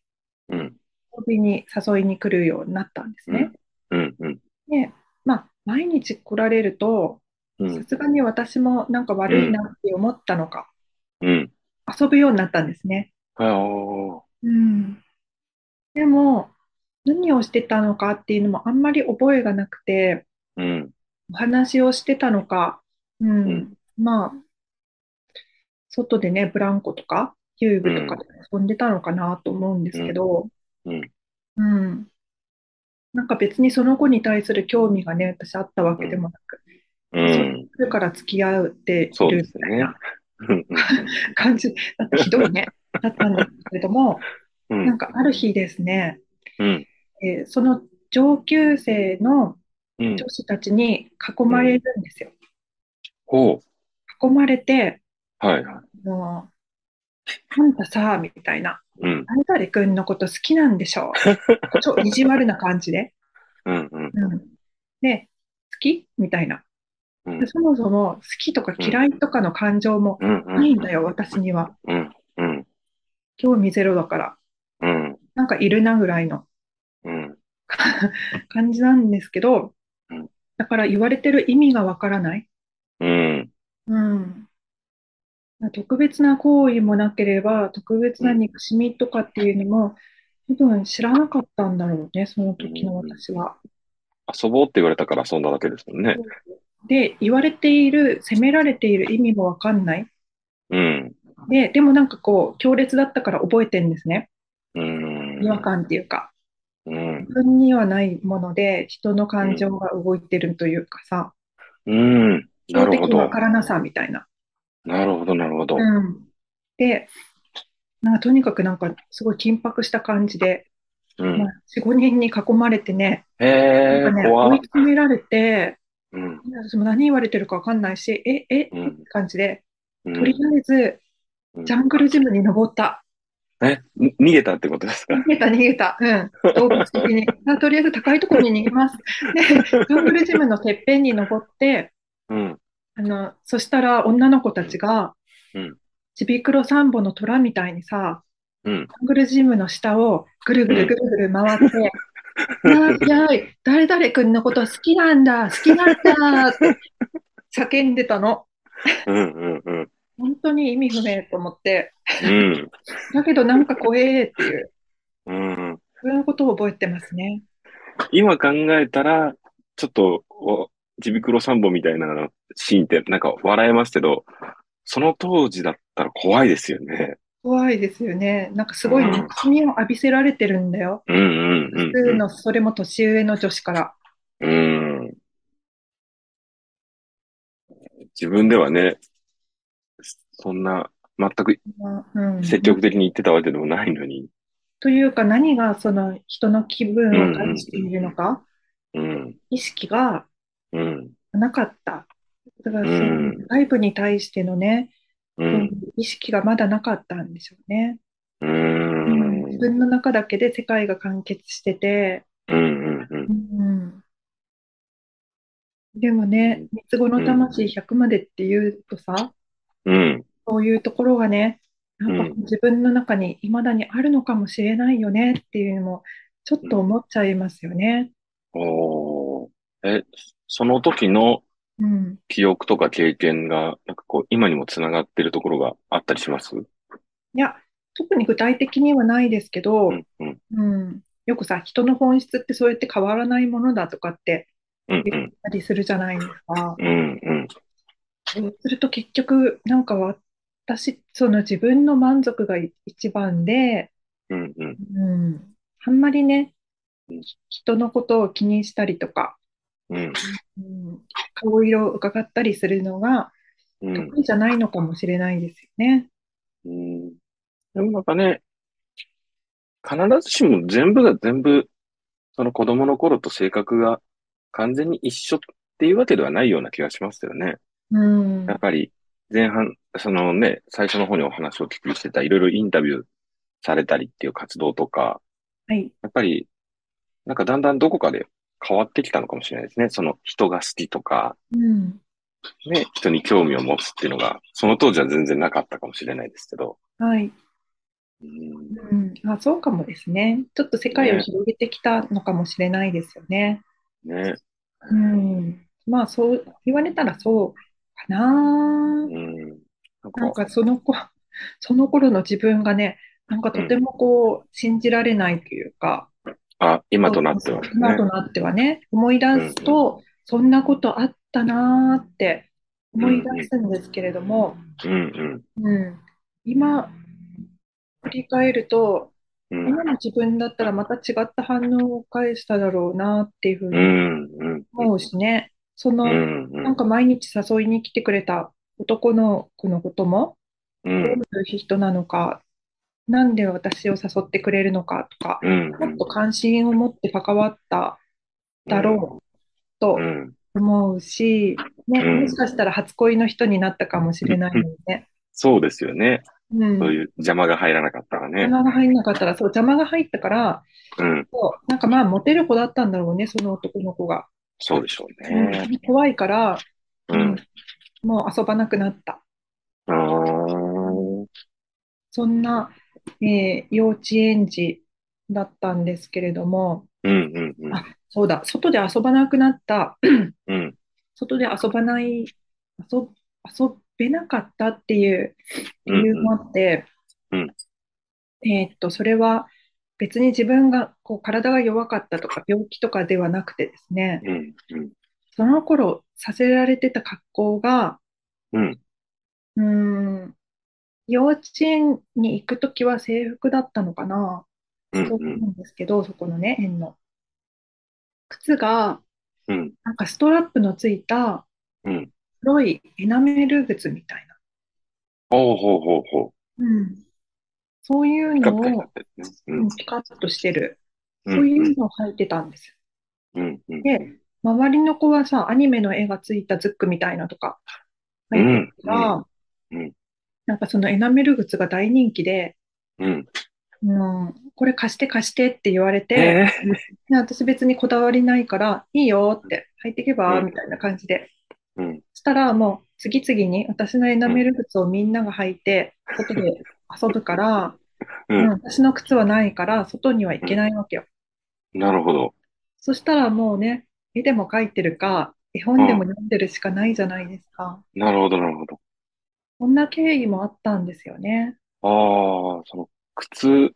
Speaker 1: うん。
Speaker 2: 遊びに誘いに来るようになったんですね。
Speaker 1: うん。うん。
Speaker 2: で、まあ、毎日来られると、
Speaker 1: う
Speaker 2: さ
Speaker 1: ん。
Speaker 2: すがに私もなんか悪いなって思ったのか、
Speaker 1: うん。
Speaker 2: 遊ぶようになったんですね。
Speaker 1: ああ。
Speaker 2: うん。でも、何をしてたのかっていうのもあんまり覚えがなくて、
Speaker 1: うん。
Speaker 2: お話をしてたのか、う
Speaker 1: うんん、
Speaker 2: まあ、外でね、ブランコとか、遊具とかで遊んでたのかなと思うんですけど、
Speaker 1: うん
Speaker 2: うん。なんか別にその子に対する興味がね、私あったわけでもなく、
Speaker 1: うん。
Speaker 2: それから付き合ってい
Speaker 1: そう
Speaker 2: る
Speaker 1: で
Speaker 2: み
Speaker 1: す
Speaker 2: たい
Speaker 1: ね
Speaker 2: な。
Speaker 1: うん。
Speaker 2: 感じだった、ひどいね、 だったんですけれども、
Speaker 1: う。
Speaker 2: なんんかある日ですね、
Speaker 1: うん。
Speaker 2: えーその上級生の
Speaker 1: うん。
Speaker 2: 女子たちに囲まれるんですよ。
Speaker 1: ほ
Speaker 2: 囲まれて、
Speaker 1: う。はいはい。
Speaker 2: もう、あんたさ、みたいな、
Speaker 1: うん。
Speaker 2: あんたりくんのこと好きなんでしょ ちょ、意地悪な感じで。
Speaker 1: うん。うん。
Speaker 2: うん、で、好きみたいな。
Speaker 1: うん
Speaker 2: でそもそも好きとか嫌いとかの感情も
Speaker 1: うん。う
Speaker 2: ないん
Speaker 1: ん。
Speaker 2: だよ、私には。
Speaker 1: うん。うん。
Speaker 2: 興味ゼロだから。
Speaker 1: うん。
Speaker 2: なんかいるなぐらいの
Speaker 1: うん。
Speaker 2: 感じなんですけど
Speaker 1: うん、
Speaker 2: だから言われてる意味がわからない。
Speaker 1: うん。
Speaker 2: うん。特別な行為もなければ、特別な憎しみとかっていうのも、多分知らなかったんだろうね、その時の私は。
Speaker 1: 遊ぼうって言われたから遊んだだけですもんね。
Speaker 2: で、言われている、責められている意味もわかんない。
Speaker 1: うん。
Speaker 2: で、でもなんかこう、強烈だったから覚えてるんですね。
Speaker 1: うん。
Speaker 2: 違和感っていうか、
Speaker 1: うん。
Speaker 2: 自分にはないもので、人の感情が動いてるというかさ、
Speaker 1: うん。なる
Speaker 2: 的
Speaker 1: ほ
Speaker 2: にわ
Speaker 1: ど。
Speaker 2: からなさみたいな。
Speaker 1: なるほど、なるほど。
Speaker 2: うん。で、なんかとにかくなんかすごい緊迫した感じで、
Speaker 1: うん
Speaker 2: まあ、。4、5人に囲まれてね、
Speaker 1: へえ
Speaker 2: なんか、ね、追
Speaker 1: 怖
Speaker 2: い
Speaker 1: っ。
Speaker 2: 詰められて、
Speaker 1: うん。
Speaker 2: 私も何言われてるかわかんないし、え、え、
Speaker 1: うん
Speaker 2: って感じで、
Speaker 1: うん
Speaker 2: とりあえず、
Speaker 1: うん
Speaker 2: ジャングルジムに登った。
Speaker 1: え、に逃げたってことですか
Speaker 2: 逃げた、逃げた。うん。動物的に。 あとりあえず高いところに逃げます。で、ジャングルジムのてっぺんに登って、
Speaker 1: うん。
Speaker 2: あの、そしたら女の子たちが
Speaker 1: うん、
Speaker 2: ちびくろサンボの虎みたいにさ、
Speaker 1: うん。
Speaker 2: ジャングルジムの下をぐるぐるぐるぐる回って、やいやい、誰々君のこと好きなんだ、好きなんだって叫んでたの。
Speaker 1: うん。うん。うん。
Speaker 2: 本当に意味不明と思って、
Speaker 1: うん。
Speaker 2: だけどなんか怖えっていう、
Speaker 1: うん。
Speaker 2: そういうことを覚えてますね。
Speaker 1: 今考えたら、ちょっと、おちびくろサンボみたいなシーンって、なんか笑えますけど、その当時だったら怖いですよね。
Speaker 2: 怖いですよね。なんかすごい憎しみを浴びせられてるんだよ。
Speaker 1: うんうん
Speaker 2: 普
Speaker 1: う
Speaker 2: 通
Speaker 1: ん
Speaker 2: の、それも年上の女子から。
Speaker 1: うん。うん。自分ではね、そんな、全く
Speaker 2: うん、
Speaker 1: 積極的に言ってたわけでもないのに。
Speaker 2: というか、何がその人の気分を感じているのか、
Speaker 1: うん。
Speaker 2: 意識が
Speaker 1: うん。
Speaker 2: なかった。だからその
Speaker 1: うん
Speaker 2: 外部に対してのね、
Speaker 1: う
Speaker 2: うん
Speaker 1: ん。
Speaker 2: 意識がまだなかったんでしょうね。
Speaker 1: うーん。
Speaker 2: 自分の中だけで世界が完結してて、
Speaker 1: うん。うん。
Speaker 2: うんでもね、三つ子の魂100までっていうとさ、
Speaker 1: うん。
Speaker 2: そういうところがね、なん
Speaker 1: う
Speaker 2: か自分の中に未だにあるのかもしれないよねっていうのも、ちょっと思っちゃいますよね。
Speaker 1: おー。え、その時の
Speaker 2: うん、
Speaker 1: 記憶とか経験が、なんかこう、今にもつながってるところがあったりします
Speaker 2: いや、特に具体的にはないですけど
Speaker 1: う、ん。うん。
Speaker 2: うん、よくさ、人の本質ってそうやって変わらないものだとかって
Speaker 1: うん。う
Speaker 2: 言っ
Speaker 1: ん。
Speaker 2: たりするじゃないですか。
Speaker 1: うん。うん。
Speaker 2: そうすると結局、なんか私、その自分の満足が一番で、
Speaker 1: うんうん。
Speaker 2: うん。あんまりね
Speaker 1: うん、
Speaker 2: 人のことを気にしたりとか、
Speaker 1: うん。
Speaker 2: うん、顔色を伺ったりするのが
Speaker 1: うん。
Speaker 2: 得意じゃないのかもしれないですよね。
Speaker 1: うん。でもなんかね、必ずしも全部が全部、その子供の頃と性格が完全に一緒っていうわけではないような気がしますけどね。
Speaker 2: うん。
Speaker 1: やっぱり前半、そのね、最初の方にお話をお聞きしてた、いろいろインタビューされたりっていう活動とか、
Speaker 2: はい。
Speaker 1: やっぱり、なんかだんだんどこかで変わってきたのかもしれないですね。その人が好きとか、
Speaker 2: うん。
Speaker 1: ね、人に興味を持つっていうのが、その当時は全然なかったかもしれないですけど。
Speaker 2: はい。
Speaker 1: うん
Speaker 2: うん。あ、そうかもですね。ちょっと世界を広げてきたのかもしれないですよね。
Speaker 1: ね。
Speaker 2: うん。まあ、そう言われたらそうかな。
Speaker 1: うん。なん
Speaker 2: なん
Speaker 1: か、
Speaker 2: かその子、その頃の自分がね、なんかとてもこう、信じられないというか、
Speaker 1: あ、今となってはです
Speaker 2: 今
Speaker 1: ね
Speaker 2: と。なってはね、思い出すと、そんなことあったなーって思い出すんですけれども、
Speaker 1: うん
Speaker 2: うん、今、振り返る
Speaker 1: うん。う
Speaker 2: と、
Speaker 1: ん
Speaker 2: 今の自分だったらまた違った反応を返しただろうなっていうふう
Speaker 1: う
Speaker 2: に
Speaker 1: んうん。
Speaker 2: 思うしね、そうの、
Speaker 1: んうん。
Speaker 2: なんか毎日誘いに来てくれた男の子のことも、
Speaker 1: うん
Speaker 2: どういう人なのか、なんで私を誘ってくれるのかとか、
Speaker 1: うんう
Speaker 2: もっ
Speaker 1: ん
Speaker 2: と関心を持って関わっただろうと
Speaker 1: うん。
Speaker 2: 思うし、ね、
Speaker 1: うん
Speaker 2: もしかしたら初恋の人になったかもしれないのでね。
Speaker 1: そうですよね。
Speaker 2: う
Speaker 1: そうい
Speaker 2: ん。
Speaker 1: う邪魔が入らなかったらね。
Speaker 2: 邪魔が入んなかったら、そう、邪魔が入ったから、
Speaker 1: うん。
Speaker 2: そうなんかまあ、モテる子だったんだろうね、その男の子が。
Speaker 1: そうでしょう
Speaker 2: うん
Speaker 1: ね。
Speaker 2: 怖いから、
Speaker 1: う
Speaker 2: うんん。もう遊ばなくなった。
Speaker 1: あー
Speaker 2: そんな、えー幼稚園児だったんですけれども、
Speaker 1: うんうんうん。
Speaker 2: あそうだ、外で遊ばなくなった、
Speaker 1: うん。
Speaker 2: 外で遊ばない、遊、遊べなかったっていう理由もあって、
Speaker 1: うんうん
Speaker 2: えーっと、それは別に自分がこう体が弱かったとか病気とかではなくてですね、
Speaker 1: うんうん。
Speaker 2: その頃させられてた格好が、
Speaker 1: うん。
Speaker 2: うーん、幼稚園に行くときは制服だったのかな、
Speaker 1: うんう
Speaker 2: そう思
Speaker 1: ん。
Speaker 2: うんですけど、そこのね、園の。靴が、
Speaker 1: うん。
Speaker 2: なんかストラップのついた
Speaker 1: うん。
Speaker 2: 黒いエナメル靴みたいな。
Speaker 1: ほうほうほうほう。
Speaker 2: うん。そういう
Speaker 1: ピカ
Speaker 2: の
Speaker 1: ピカにな
Speaker 2: を
Speaker 1: っ、てるね。
Speaker 2: うんピカッとしてる。
Speaker 1: うん。
Speaker 2: そういうのを履いてたんです。
Speaker 1: うんうん。
Speaker 2: で、周りの子はさ、アニメの絵がついたズックみたいなとか
Speaker 1: う
Speaker 2: 履いて
Speaker 1: ん。
Speaker 2: たら
Speaker 1: うんうん、
Speaker 2: なんかそのエナメル靴が大人気で、
Speaker 1: うん。
Speaker 2: うん、これ貸して貸してって言われ
Speaker 1: え
Speaker 2: て、
Speaker 1: え
Speaker 2: で私別にこだわりないから、いいよって履いてけば、
Speaker 1: うん
Speaker 2: みたいな感じで。
Speaker 1: うん。
Speaker 2: そしたらもう次々に私のエナメル靴をみんなが履いて、外で遊ぶから、
Speaker 1: う
Speaker 2: うん
Speaker 1: ん。
Speaker 2: 私の靴はないから、外には行けないわけよ。
Speaker 1: なるほど。
Speaker 2: そしたらもうね、絵でも描いてるか、絵本でも読んでるしかないじゃないですか。
Speaker 1: なるほど、なるほど。
Speaker 2: こんな経緯もあったんですよね。
Speaker 1: ああ、その、靴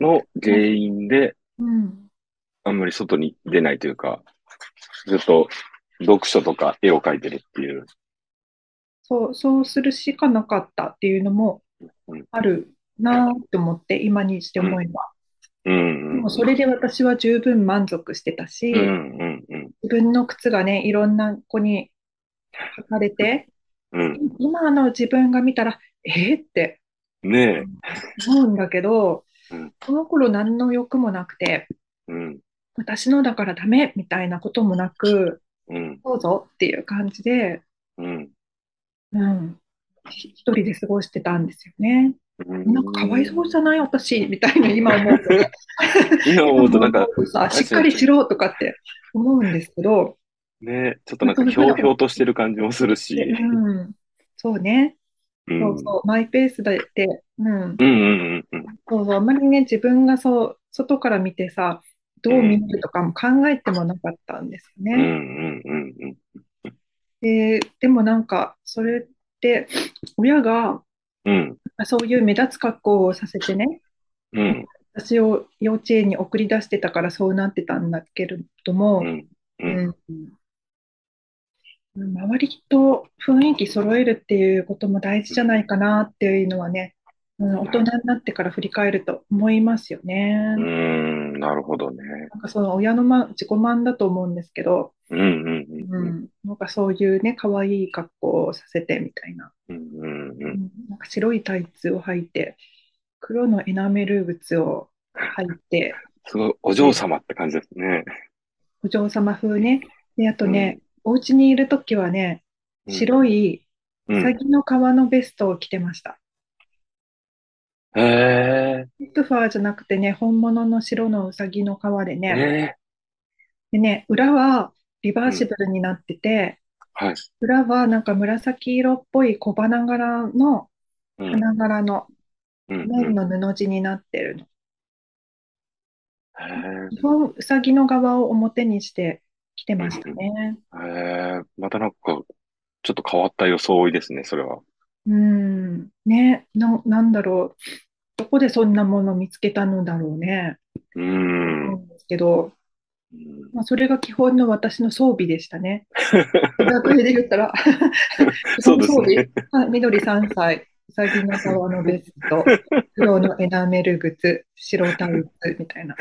Speaker 1: の原因で、
Speaker 2: うん。
Speaker 1: あんまり外に出ないというか、ずっと読書とか絵を描いてるっていう。
Speaker 2: そう、そうするしかなかったっていうのも
Speaker 1: うん。
Speaker 2: あるなと思って、今にして思えば。
Speaker 1: うんう
Speaker 2: で
Speaker 1: ん。
Speaker 2: もそれで私は十分満足してたし、
Speaker 1: うんうんうん。
Speaker 2: 自分の靴がね、いろんな子に履かれて、
Speaker 1: うん。
Speaker 2: 今の自分が見たら、えーって
Speaker 1: ねえ。
Speaker 2: 思うんだけど
Speaker 1: うん、
Speaker 2: その頃何の欲もなくて、
Speaker 1: うん。
Speaker 2: 私のだからダメみたいなこともなく、
Speaker 1: うん。
Speaker 2: どうぞっていう感じで、
Speaker 1: うん。
Speaker 2: うん、ひ一人で過ごしてたんですよね。なんかかわいそうじゃない私みたいな今思うとね、
Speaker 1: 今思うとなん か、
Speaker 2: 今思うとさ、しっかりしろとかって思うんですけど、
Speaker 1: ね、ちょっとなんかひょうひょうとしてる感じもするし。
Speaker 2: でうん、そうね、
Speaker 1: う
Speaker 2: そ
Speaker 1: ん
Speaker 2: うそう、マイペースで、うん、
Speaker 1: うんうんうん
Speaker 2: そうそう、あんまりね、自分がそう、外から見てさ、どう見えるとかも考えてもなかったんです
Speaker 1: うん。
Speaker 2: よ
Speaker 1: う
Speaker 2: ね。
Speaker 1: んうんうん
Speaker 2: で、でもなんか、それって、親が、
Speaker 1: うん。
Speaker 2: そういう目立つ格好をさせてね、
Speaker 1: うん。うん。
Speaker 2: 私を幼稚園に送り出してたからそうなってたんだけれども
Speaker 1: う、ん。う
Speaker 2: うん周りと雰囲気揃えるっていうことも大事じゃないかなっていうのはね、うん、大人になってから振り返ると思いますよね。
Speaker 1: うーん、なるほどね。
Speaker 2: なんかその親の、ま、自己満だと思うんですけど、
Speaker 1: うん、うん、
Speaker 2: う
Speaker 1: うん
Speaker 2: ん、なんかそういうね、可愛い格好をさせてみたいな、
Speaker 1: うん、うん、う。
Speaker 2: うんん、なんか白いタイツを履いて、黒のエナメル靴を履いて、
Speaker 1: すごい、お嬢様って感じですね。
Speaker 2: お嬢様風ね。で、あとね、お家にいるときはね、白い
Speaker 1: うん、
Speaker 2: う
Speaker 1: う
Speaker 2: さ
Speaker 1: ん。
Speaker 2: ぎの皮のベストを着てました。
Speaker 1: へえ、
Speaker 2: フィットファーじゃなくてね、本物の白のうさぎの皮でね、
Speaker 1: ええ、
Speaker 2: でね、裏はリバーシブルになってて、
Speaker 1: はい。
Speaker 2: 裏はなんか紫色っぽい小花柄の、
Speaker 1: うん、
Speaker 2: 花柄の
Speaker 1: うん、うん。
Speaker 2: 綿の布地になってるの。
Speaker 1: へえ、
Speaker 2: 基本、うさぎの側を表にして着てましたね。
Speaker 1: へえ、またなんか、ちょっと変わった装いですね、それは。
Speaker 2: うん。ね、な、なんだろう。どこでそんなもの見つけたのだろうね。
Speaker 1: うー
Speaker 2: 思
Speaker 1: ん。
Speaker 2: うんですけど、
Speaker 1: うん
Speaker 2: まあ、それが基本の私の装備でし たね。これで言ったら、
Speaker 1: そうですね。
Speaker 2: はい、緑3歳、うさぎの革のベス ト、黒のエナメル靴、白タイツみたいな、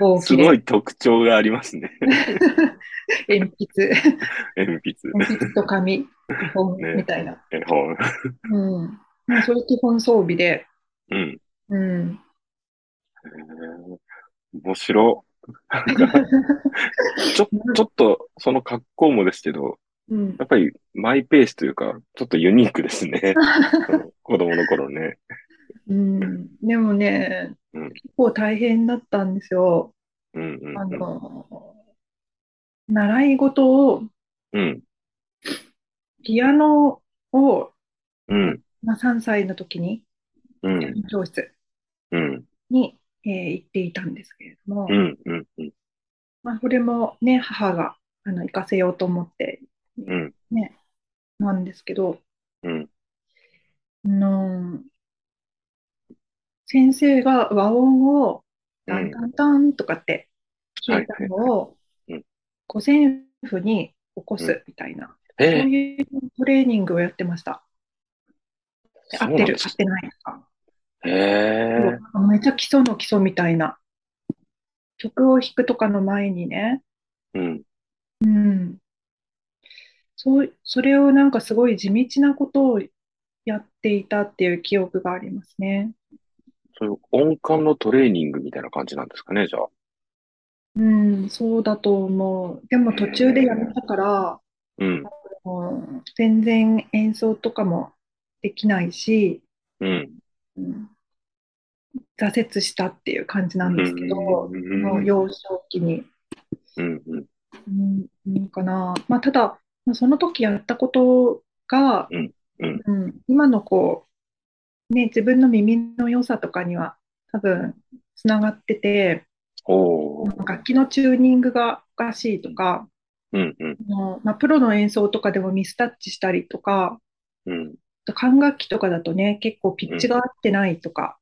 Speaker 2: 大
Speaker 1: す
Speaker 2: き
Speaker 1: ご
Speaker 2: で、
Speaker 1: い特徴がありますね。
Speaker 2: 鉛筆、
Speaker 1: 鉛筆、
Speaker 2: 鉛筆と紙、本
Speaker 1: ね
Speaker 2: みたいな。
Speaker 1: 絵本。
Speaker 2: うん。まあ、それ基本装備で、
Speaker 1: うん。
Speaker 2: うん。
Speaker 1: へえ面白。なんかちょ、ちょっと、その格好もですけど、
Speaker 2: うん、
Speaker 1: やっぱりマイペースというか、ちょっとユニークです ね。その子供の頃ね。
Speaker 2: うん、でもね、
Speaker 1: うん
Speaker 2: 結構大変だったんですよ。
Speaker 1: うんうん
Speaker 2: あの、習い事を、
Speaker 1: うん。
Speaker 2: ピアノを、
Speaker 1: うん。
Speaker 2: まあ、3歳の時に、
Speaker 1: うん。
Speaker 2: ピアノ教室
Speaker 1: うん。
Speaker 2: に、えー行っていたんですけれども、
Speaker 1: うん。うん。うん。
Speaker 2: まあ、これもね、母があの行かせようと思って、
Speaker 1: うん。
Speaker 2: ね、なんですけど、
Speaker 1: うん。
Speaker 2: あのー先生が和音をタンタンタンとかって弾いたのを
Speaker 1: はいはいはいうん
Speaker 2: 五線譜に起こすみたいな、
Speaker 1: え
Speaker 2: そう
Speaker 1: え、
Speaker 2: いうトレーニングをやってました。で合
Speaker 1: そうな
Speaker 2: って
Speaker 1: ん
Speaker 2: る、
Speaker 1: です
Speaker 2: 合ってないとか。
Speaker 1: へえ。
Speaker 2: めちゃ基礎の基礎みたいな。曲を弾くとかの前にね。
Speaker 1: うん。
Speaker 2: うん。そう、それをなんかすごい地道なことをやっていたっていう記憶がありますね。
Speaker 1: そういう音感のトレーニングみたいな感じなんですかね、じゃあ。
Speaker 2: うん、そうだと思う。でも途中でやめたから、
Speaker 1: うん。
Speaker 2: もう全然演奏とかもできないし、
Speaker 1: うん。
Speaker 2: うん、挫折したっていう感じなんですけど、も
Speaker 1: う
Speaker 2: うん幼少期に。
Speaker 1: うんうん
Speaker 2: うん、うんかな。まあ、ただ、まあその時やったことが、
Speaker 1: うんうん
Speaker 2: 今のこう、ね、自分の耳の良さとかには多分つながってて、
Speaker 1: おー
Speaker 2: 楽器のチューニングがおかしいとか、
Speaker 1: うんうん
Speaker 2: あのまあ、プロの演奏とかでもミスタッチしたりとか、
Speaker 1: うん
Speaker 2: あと管楽器とかだとね、結構ピッチが合ってないとか、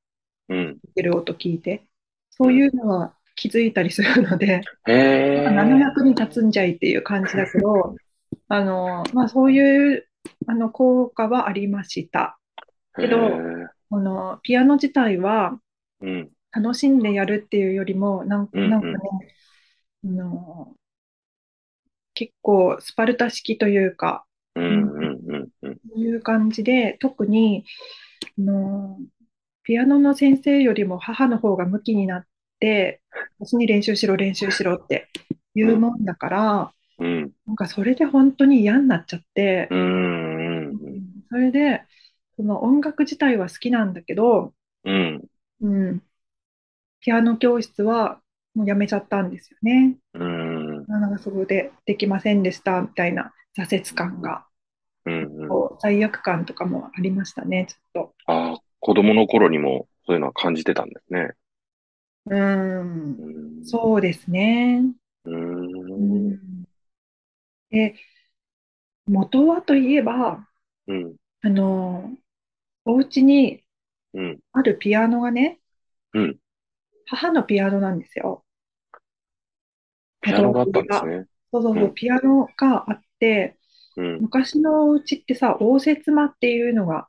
Speaker 1: うん
Speaker 2: 言ってる音聞いて、そういうのは気づいたりするので、
Speaker 1: へえ。
Speaker 2: 700に立つんじゃいっていう感じだけ ど、あの、まあ、そういう、あの、効果はありました。けど
Speaker 1: へ
Speaker 2: この、ピアノ自体は
Speaker 1: ーうん
Speaker 2: 楽しんでやるっていうよりも、なん
Speaker 1: うんうん
Speaker 2: なんかね、あの、結構スパルタ式というか、
Speaker 1: うんうんうんうん
Speaker 2: そういう感じで、特に、あの、ピアノの先生よりも母の方が向きになって、私に練習しろ、練習しろって言うもんだから、
Speaker 1: うん
Speaker 2: なんかそれで本当に嫌になっちゃって、
Speaker 1: うん
Speaker 2: それで、その音楽自体は好きなんだけど、
Speaker 1: うん
Speaker 2: うん、ピアノ教室はもうやめちゃったんですよね。
Speaker 1: うん
Speaker 2: あなんかそこでできませんでしたみたいな挫折感が、
Speaker 1: うんうん
Speaker 2: こう罪悪感とかもありましたね、ちょっと。
Speaker 1: あー子供の頃にもそういうのは感じてたんですね。
Speaker 2: うん、
Speaker 1: うん
Speaker 2: そうですね。
Speaker 1: うん
Speaker 2: で、元はといえば、
Speaker 1: うん
Speaker 2: あの、お家に
Speaker 1: うん
Speaker 2: あるピアノがね、
Speaker 1: うん
Speaker 2: 母のピアノなんですよ。
Speaker 1: ピアノがあったんですね。
Speaker 2: そうそうそうう、
Speaker 1: ん
Speaker 2: ピアノがあって、
Speaker 1: うん
Speaker 2: 昔のお家ってさ、応接間っていうのが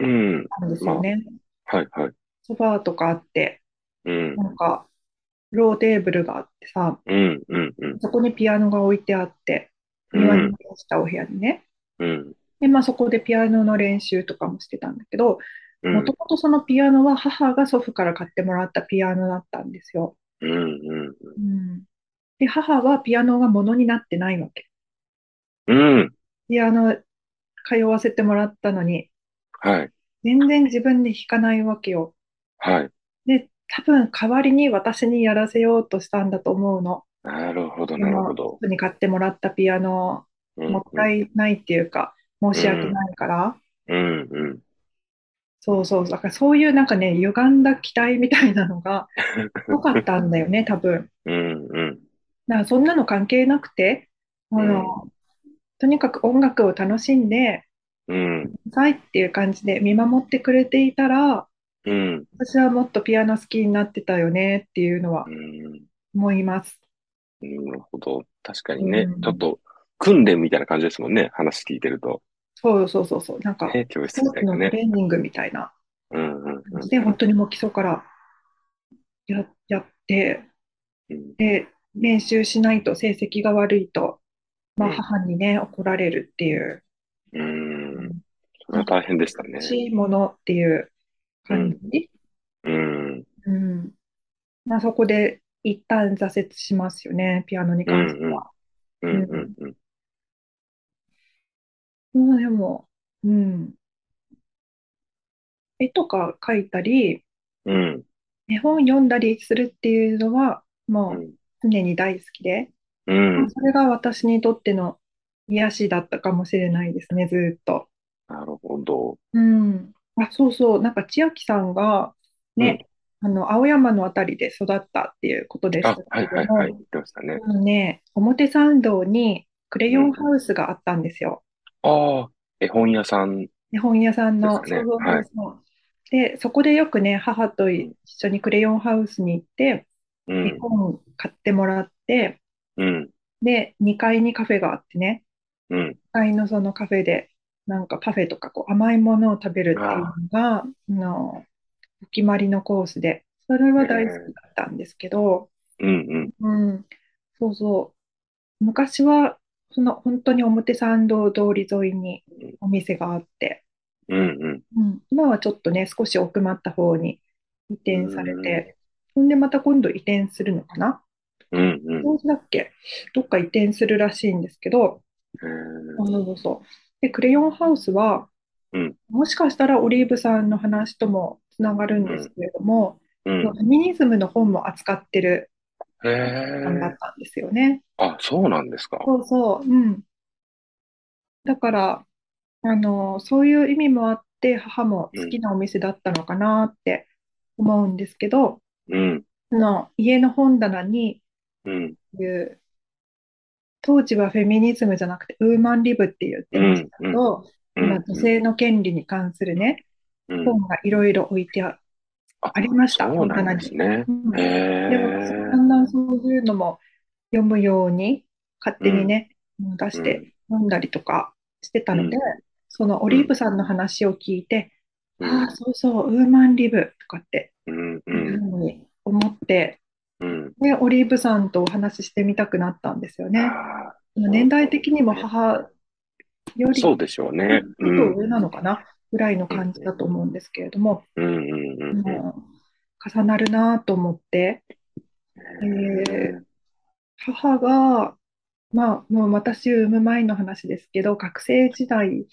Speaker 1: うん
Speaker 2: あるんですよね。
Speaker 1: はいはい。
Speaker 2: ソファーとかあって、
Speaker 1: うん。
Speaker 2: なんか、ローテーブルがあってさ、
Speaker 1: うん、うん、うん。
Speaker 2: そこにピアノが置いてあって、
Speaker 1: う
Speaker 2: 庭に面
Speaker 1: ん、
Speaker 2: したお部屋にね。
Speaker 1: うん、
Speaker 2: で、まあそこでピアノの練習とかもしてたんだけど、
Speaker 1: う
Speaker 2: も
Speaker 1: ん
Speaker 2: と、もとそのピアノは母が祖父から買ってもらったピアノだったんですよ。
Speaker 1: うん、
Speaker 2: うん。で、母はピアノがものになってないわけ。
Speaker 1: うん。うん。
Speaker 2: ピアノ通わせてもらったのに、
Speaker 1: はい、
Speaker 2: 全然自分で弾かないわけよ。
Speaker 1: はい。
Speaker 2: で、多分代わりに私にやらせようとしたんだと思うの。
Speaker 1: なるほど、
Speaker 2: で
Speaker 1: なる
Speaker 2: も
Speaker 1: ほど。
Speaker 2: 祖父に買ってもらったピアノ、
Speaker 1: うん、
Speaker 2: もったいないっていうか、申し訳ないから。
Speaker 1: うん、うん。
Speaker 2: そうそう。だからそういうなんかね、歪んだ期待みたいなのが多かったんだよね、多分。
Speaker 1: うん、うん。
Speaker 2: だからそんなの関係なくて、あの、とにかく音楽を楽しんで、
Speaker 1: うん、
Speaker 2: さいっていう感じで見守ってくれていたら、
Speaker 1: うん、
Speaker 2: 私はもっとピアノ好きになってたよねっていうのは
Speaker 1: うん。
Speaker 2: 思います。
Speaker 1: なるほど。確かにね
Speaker 2: う、ん
Speaker 1: ちょっと訓練みたいな感じですもんね。話聞いてると。
Speaker 2: そうそうそうそう。なんか、
Speaker 1: ね、教
Speaker 2: ス
Speaker 1: 室
Speaker 2: ポ
Speaker 1: み
Speaker 2: ー
Speaker 1: た
Speaker 2: ツ
Speaker 1: いな
Speaker 2: のト
Speaker 1: ね。
Speaker 2: レーニングみたいな
Speaker 1: うん、うん、
Speaker 2: 感じで、本当にもう基礎からや、やって、
Speaker 1: うん。
Speaker 2: で、練習しないと成績が悪いと、まあ、
Speaker 1: うん
Speaker 2: 母にね、怒られるっていう、
Speaker 1: うん。それは大変でしたね
Speaker 2: 欲。しいものっていう感じ。
Speaker 1: うん、
Speaker 2: うん。まあ、そこで一旦挫折しますよね、ピアノに関しては。
Speaker 1: うん、うん、うん。
Speaker 2: まあでも、うん。絵とか描いたり、
Speaker 1: うん、
Speaker 2: 絵本読んだりするっていうのは、
Speaker 1: う、
Speaker 2: もうん常に大好きで、
Speaker 1: うん。
Speaker 2: それが私にとっての癒しだったかもしれないですね、ずーっと。
Speaker 1: なるほど。
Speaker 2: うん。あ、そうそう、なんか千秋さんが、ね、あの、青山のあたりで育ったっていうことでし
Speaker 1: あ
Speaker 2: た、
Speaker 1: はい、
Speaker 2: け
Speaker 1: はい、
Speaker 2: ど
Speaker 1: はい。
Speaker 2: も、
Speaker 1: 言ってましたね。
Speaker 2: あのね、表参道にクレヨンハウスがあったんですよ。
Speaker 1: ああ、絵本屋さん。
Speaker 2: 日本屋さんの、
Speaker 1: ですかね
Speaker 2: そうそう
Speaker 1: はい
Speaker 2: そうで、そこでよくね、母と一緒にクレヨンハウスに行って、
Speaker 1: う
Speaker 2: 絵
Speaker 1: ん、
Speaker 2: 本買ってもらって、
Speaker 1: うん、
Speaker 2: で、2階にカフェがあってね、
Speaker 1: うん。
Speaker 2: 2階のそのカフェで、なんかパフェとかこう甘いものを食べるっていうのが、あの、お決まりのコースで、それは大好きだったんですけど、
Speaker 1: うん、うん。
Speaker 2: うん、そうそう。昔は、その本当に表参道通り沿いにお店があって、
Speaker 1: うん、うん。
Speaker 2: うん、今はちょっとね、少し奥まった方に移転されて、ほんでまた今度移転するのかな
Speaker 1: うん、うん。
Speaker 2: どうだっけどっか移転するらしいんですけど、
Speaker 1: へ
Speaker 2: そうそうそう。で、クレヨンハウスは
Speaker 1: うん、
Speaker 2: もしかしたらオリーブさんの話ともつながるんですけれども、
Speaker 1: えう
Speaker 2: フ
Speaker 1: ん。
Speaker 2: ェミニズムの本も扱ってる
Speaker 1: へ
Speaker 2: 本だっ
Speaker 1: え。
Speaker 2: たんですよね。
Speaker 1: あ、そうなんですか。
Speaker 2: そうそう、うん。だから、あの、そういう意味もあって、母も好きなお店だったのかなって思うんですけど、
Speaker 1: うん、
Speaker 2: その家の本棚に、
Speaker 1: うん、
Speaker 2: いう、当時はフェミニズムじゃなくて、ウーマンリブって言ってましたけど、
Speaker 1: うん、
Speaker 2: まあ女性の権利に関するね、
Speaker 1: うん。
Speaker 2: 本がいろいろ置いてあ、
Speaker 1: あ、
Speaker 2: ありました
Speaker 1: そうなんですね。
Speaker 2: うん
Speaker 1: へえ。
Speaker 2: でも、だんだんそういうのも読むように、勝手にね、うん出して読んだりとかしてたので
Speaker 1: うん、
Speaker 2: そのオリーブさんの話を聞いて、
Speaker 1: う
Speaker 2: あ
Speaker 1: ん
Speaker 2: あ、そうそう、ウーマンリブとかって
Speaker 1: うん、う、
Speaker 2: いうんふうに思って、
Speaker 1: うん。
Speaker 2: で、オリーブさんとお話ししてみたくなったんですよね。
Speaker 1: あ
Speaker 2: 年代的にも母よ
Speaker 1: ー
Speaker 2: り、
Speaker 1: そうでしょうね。
Speaker 2: ち
Speaker 1: う
Speaker 2: ょっ
Speaker 1: ん
Speaker 2: と、上なのかなぐらいの感じだと思うんですけれども、
Speaker 1: うん、うん、うん。うん
Speaker 2: もう重なるなと思って、えー母が、まあ、もう私産む前の話ですけど、学生時代、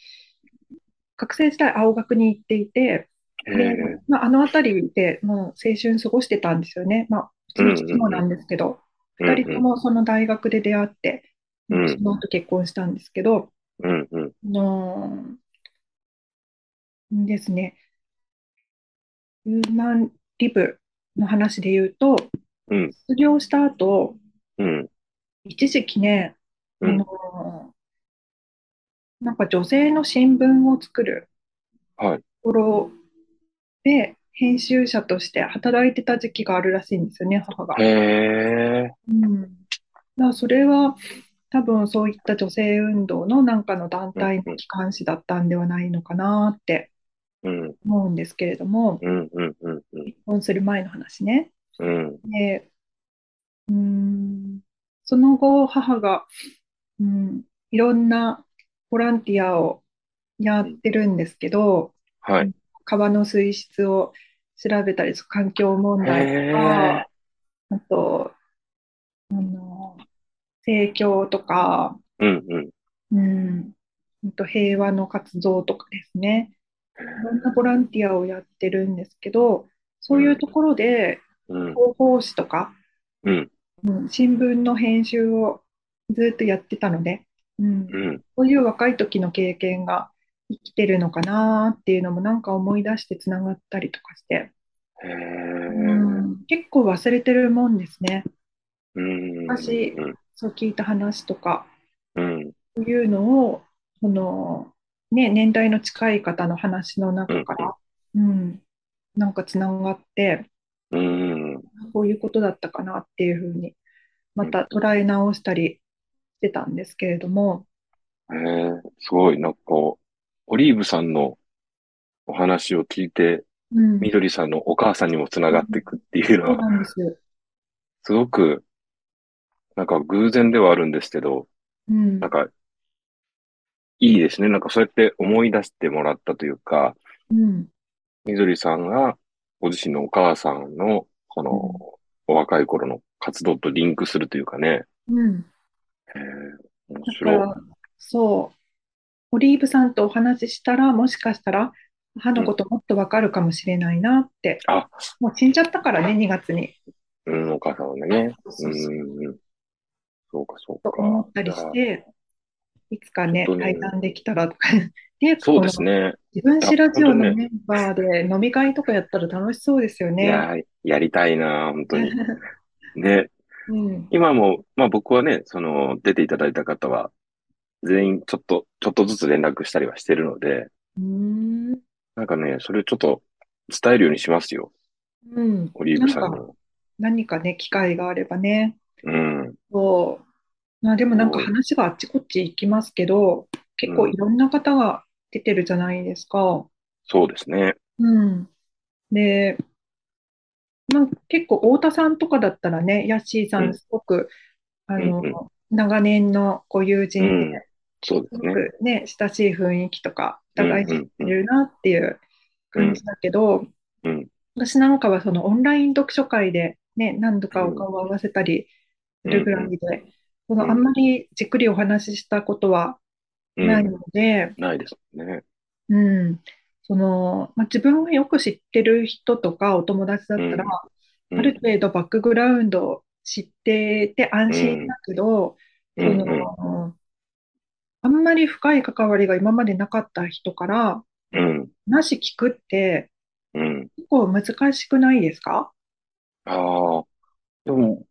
Speaker 2: 学生時代、青学に行っていて、
Speaker 1: へ
Speaker 2: で
Speaker 1: え。
Speaker 2: まあ、あの辺りでもう青春過ごしてたんですよね。まあ、うちの父もなんですけど、
Speaker 1: うんうん
Speaker 2: 二人ともその大学で出会って、
Speaker 1: うん
Speaker 2: その後結婚したんですけど、
Speaker 1: うん、うん。
Speaker 2: あのーですね、ウーマンリブの話で言うと、
Speaker 1: うん
Speaker 2: 卒業した後、
Speaker 1: うん。
Speaker 2: 一時期ね、あ
Speaker 1: うん
Speaker 2: のーなんか女性の新聞を作る
Speaker 1: はい
Speaker 2: ところで、編集者として働いてた時期があるらしいんですよね、母が。
Speaker 1: へえ。
Speaker 2: うん、だからそれは多分そういった女性運動のなんかの団体の機関誌だったんではないのかなって
Speaker 1: うん、
Speaker 2: 思うんですけれども、
Speaker 1: うん、うん、うん、うん
Speaker 2: 結婚する前の話ね。
Speaker 1: うん、
Speaker 2: で、うーん、その後、母が、うん、いろんなボランティアをやってるんですけど、
Speaker 1: はい。
Speaker 2: 川の水質を調べたり、環境問題と
Speaker 1: へ
Speaker 2: か、あと、あの、政教とか、
Speaker 1: うん、うん。
Speaker 2: うん、あと平和の活動とかですね。いろんなボランティアをやってるんですけど、そういうところで
Speaker 1: うん、
Speaker 2: 広報誌とか、
Speaker 1: うん、
Speaker 2: うん、新聞の編集をずっとやってたので、うん、
Speaker 1: うん。
Speaker 2: そういう若い時の経験が生きてるのかなっていうのもなんか思い出してつながったりとかして、
Speaker 1: へ
Speaker 2: う
Speaker 1: ー
Speaker 2: ん、結構忘れてるもんですね。
Speaker 1: うん、
Speaker 2: 昔
Speaker 1: うん、
Speaker 2: そう聞いた話とか、
Speaker 1: うん、
Speaker 2: そういうのを、その、ね、年代の近い方の話の中から、うん、なんかつながって、
Speaker 1: うん。
Speaker 2: こういうことだったかなっていうふうに、また捉え直したりしてたんですけれども、
Speaker 1: えー、すごい、なんか、オリーブさんのお話を聞いて、
Speaker 2: うん、
Speaker 1: みどりさんのお母さんにもつながっていくっていう
Speaker 2: そ
Speaker 1: のは、
Speaker 2: うなんです。
Speaker 1: すごく、なんか偶然ではあるんですけど、
Speaker 2: うん
Speaker 1: なん、か、いいですね。なんかそうやって思い出してもらったというか、
Speaker 2: うん、
Speaker 1: みどりさんがご自身のお母さんの、この、お若い頃の活動とリンクするというかね、
Speaker 2: うん。
Speaker 1: えー、面
Speaker 2: だか
Speaker 1: 白い。
Speaker 2: ら、そう、オリーブさんとお話ししたら、もしかしたら、母のこともっとわかるかもしれないなって、
Speaker 1: あ、
Speaker 2: もう死んじゃったからね、2月に。
Speaker 1: うん、お母さんはね、う
Speaker 2: そ
Speaker 1: ん
Speaker 2: うそう
Speaker 1: うん、そうか、そう
Speaker 2: と
Speaker 1: か。
Speaker 2: 思った
Speaker 1: い
Speaker 2: り
Speaker 1: や
Speaker 2: して、いつかね
Speaker 1: ちょっ、とね
Speaker 2: 対談できたらとか。 で、
Speaker 1: そうで
Speaker 2: こ
Speaker 1: す
Speaker 2: の
Speaker 1: ね。
Speaker 2: 自分知らずよ
Speaker 1: いや
Speaker 2: の
Speaker 1: 本当
Speaker 2: メンバーで飲み会とかやったら楽しそうですよ
Speaker 1: い
Speaker 2: ね。
Speaker 1: やー、やりたいなー、本当に。で、
Speaker 2: うん、
Speaker 1: 今も、まあ僕はね、その、出ていただいた方は、全員ちょっと、ちょっとずつ連絡したりはしてるので、
Speaker 2: うーん、
Speaker 1: なんかね、それちょっと伝えるようにしますよ。
Speaker 2: うん
Speaker 1: オリーブさんに
Speaker 2: なんか
Speaker 1: も。
Speaker 2: 何かね、機会があればね。
Speaker 1: うん。
Speaker 2: そう。まあでもなんか
Speaker 1: そう
Speaker 2: 話があっちこっち行きますけど、結構いろんな方が出てるじゃないですか。
Speaker 1: そうですね。
Speaker 2: うん。で、まあ結構太田さんとかだったらね、ヤッシーさ
Speaker 1: うんん
Speaker 2: すごく、あの、
Speaker 1: うんうん
Speaker 2: 長年のご友
Speaker 1: う
Speaker 2: 人
Speaker 1: ん
Speaker 2: で、。
Speaker 1: そうです
Speaker 2: す
Speaker 1: ね
Speaker 2: ご。くね、親しい雰囲気とか、お互い知ってるなっていう
Speaker 1: うん
Speaker 2: 感じだけど、
Speaker 1: うん
Speaker 2: 私なんかはそのオンライン読書会でね、何度かお顔を合わせたりするぐらいで、このあんまりじっくりお話ししたことは
Speaker 1: うん。
Speaker 2: ないので、
Speaker 1: ないですね。
Speaker 2: うん、その、まあ、自分がよく知ってる人とかお友達だったら、
Speaker 1: う
Speaker 2: ある
Speaker 1: ん。
Speaker 2: 程度バックグラウンドを知ってて安心だけど、
Speaker 1: う
Speaker 2: そ
Speaker 1: ん。
Speaker 2: の、あんまり深い関わりが今までなかった人から
Speaker 1: うん。
Speaker 2: 話聞くって
Speaker 1: うん。
Speaker 2: 結構難しくないですか
Speaker 1: ああ。でも、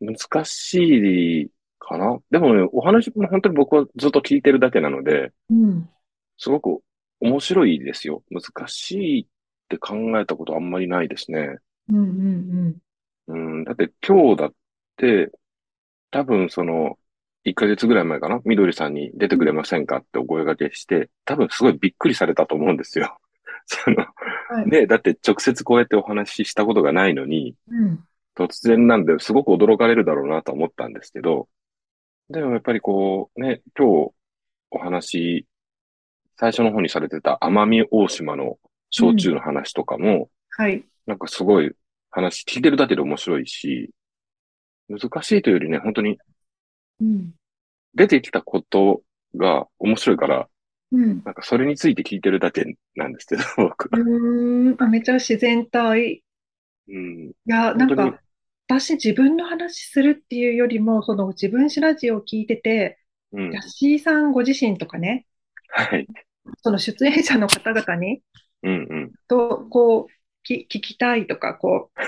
Speaker 1: 難しいかな。でもね、お話も本当に僕はずっと聞いてるだけなので、
Speaker 2: うん。
Speaker 1: すごく面白いですよ。難しいって考えたことあんまりないですね。
Speaker 2: うんうん
Speaker 1: うん、だって今日だって、多分その、1ヶ月ぐらい前かな、みどりさんに出てくれませんかってお声掛けして、多分すごいびっくりされたと思うんですよ。 その、
Speaker 2: うん。はい。
Speaker 1: ね、だって直接こうやってお話ししたことがないのに、
Speaker 2: うん。
Speaker 1: 突然なんで、すごく驚かれるだろうなと思ったんですけど、でもやっぱりこう、ね、今日お話、最初の方にされてた奄美大島の焼酎の話とかも、
Speaker 2: はい。
Speaker 1: なんかすごい話聞いてるだけで面白いし、難しいというよりね、本当に
Speaker 2: うん。
Speaker 1: 出てきたことが面白いから、
Speaker 2: うん。
Speaker 1: なんかそれについて聞いてるだけなんですけど、 僕。
Speaker 2: うーん。あ、めちゃ自然体。い
Speaker 1: うん、
Speaker 2: や、なん
Speaker 1: 本当に
Speaker 2: か、私自分の話するっていうよりも、その自分知らずを聞いてて、
Speaker 1: うん
Speaker 2: ヤ、ッシーさんご自身とかね、
Speaker 1: はい。
Speaker 2: その出演者の方々に、
Speaker 1: うん、うん。
Speaker 2: と、こう、き、聞きたいとか、こ う、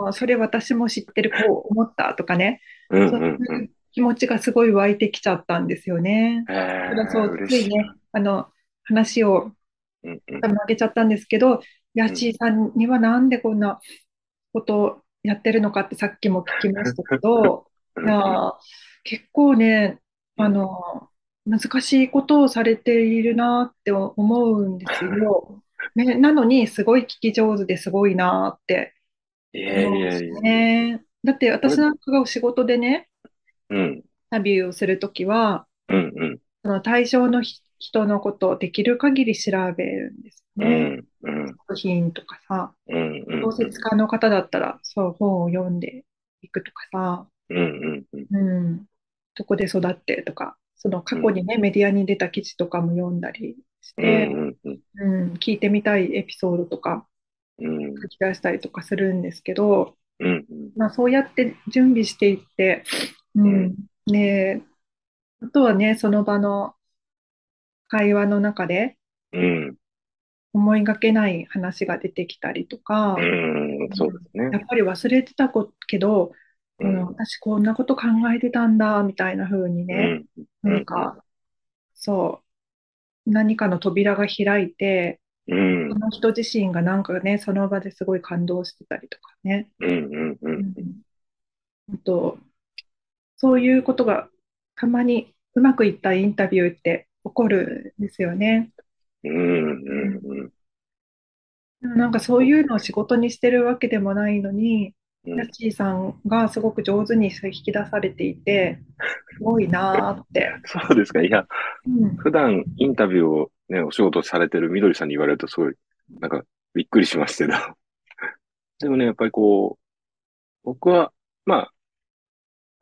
Speaker 2: あの、それ私も知ってる、こう思ったとかね、
Speaker 1: うん、
Speaker 2: そう
Speaker 1: う
Speaker 2: い
Speaker 1: ん、うん。
Speaker 2: う気持ちがすごい湧いてきちゃったんですよね。
Speaker 1: え
Speaker 2: ただ
Speaker 1: ー、
Speaker 2: そう、つ
Speaker 1: 嬉
Speaker 2: い
Speaker 1: しい。
Speaker 2: ね、あの、話を
Speaker 1: うん、うん。
Speaker 2: 曲げちゃったんですけど、ヤッシーさんにはなんでこんなことをやってるのかってさっきも聞きましたけど、
Speaker 1: うん
Speaker 2: いやー、結構ね、あの、難しいことをされているなって思うんですよ。ね、なのに、すごい聞き上手ですごいなーって
Speaker 1: い
Speaker 2: 思
Speaker 1: や
Speaker 2: うん
Speaker 1: い
Speaker 2: で
Speaker 1: や
Speaker 2: す
Speaker 1: いや。
Speaker 2: ね。だって私なんかがお仕事でね、
Speaker 1: うん、
Speaker 2: インタビューをするときは、
Speaker 1: うん、うん、
Speaker 2: その対象のひ人のことをできる限り調べるんです
Speaker 1: う
Speaker 2: ね。
Speaker 1: ん、うん、
Speaker 2: 作品とかさ、
Speaker 1: うん、うん、
Speaker 2: 小説家の方だったら、そう、本を読んでいくとかさ、
Speaker 1: うん、うん、
Speaker 2: うん、どこで育ってとか、その過去にね、メディアに出た記事とかも読んだりし
Speaker 1: う
Speaker 2: て、
Speaker 1: ん、うん、
Speaker 2: うん、聞いてみたいエピソードとか
Speaker 1: うん、
Speaker 2: 書き出したりとかするんですけど、
Speaker 1: うん、
Speaker 2: まあ、そうやって準備していって、う
Speaker 1: うん
Speaker 2: ん、ね、あとはね、その場の会話の中で
Speaker 1: うん、
Speaker 2: 思いがけない話が出てきたりとか、
Speaker 1: うん、そうですね。
Speaker 2: やっぱり忘れてたこけど、
Speaker 1: う
Speaker 2: うん、
Speaker 1: ん、
Speaker 2: 私こんなこと考えてたんだ、みたいな風に
Speaker 1: う
Speaker 2: ね、
Speaker 1: ん、
Speaker 2: なんか、そう、何かの扉が開いて、
Speaker 1: うん
Speaker 2: そ、の人自身がなんかね、その場ですごい感動してたりとかね。
Speaker 1: うん、うん、う、
Speaker 2: うんんあと、そういうことがたまにうまくいったインタビューって起こるんですよね。
Speaker 1: うん、うん、
Speaker 2: でもなんかそういうのを仕事にしてるわけでもないのに、
Speaker 1: う
Speaker 2: ヤ
Speaker 1: ん
Speaker 2: ッ。チーさんがすごく上手に引き出されていて、すごいなーって。
Speaker 1: そうですか。いや、
Speaker 2: うん
Speaker 1: 普段インタビューをね、お仕事されてるみどりさんに言われるとすごい、なんかびっくりしますけど。でもね、やっぱりこう、僕は、まあ、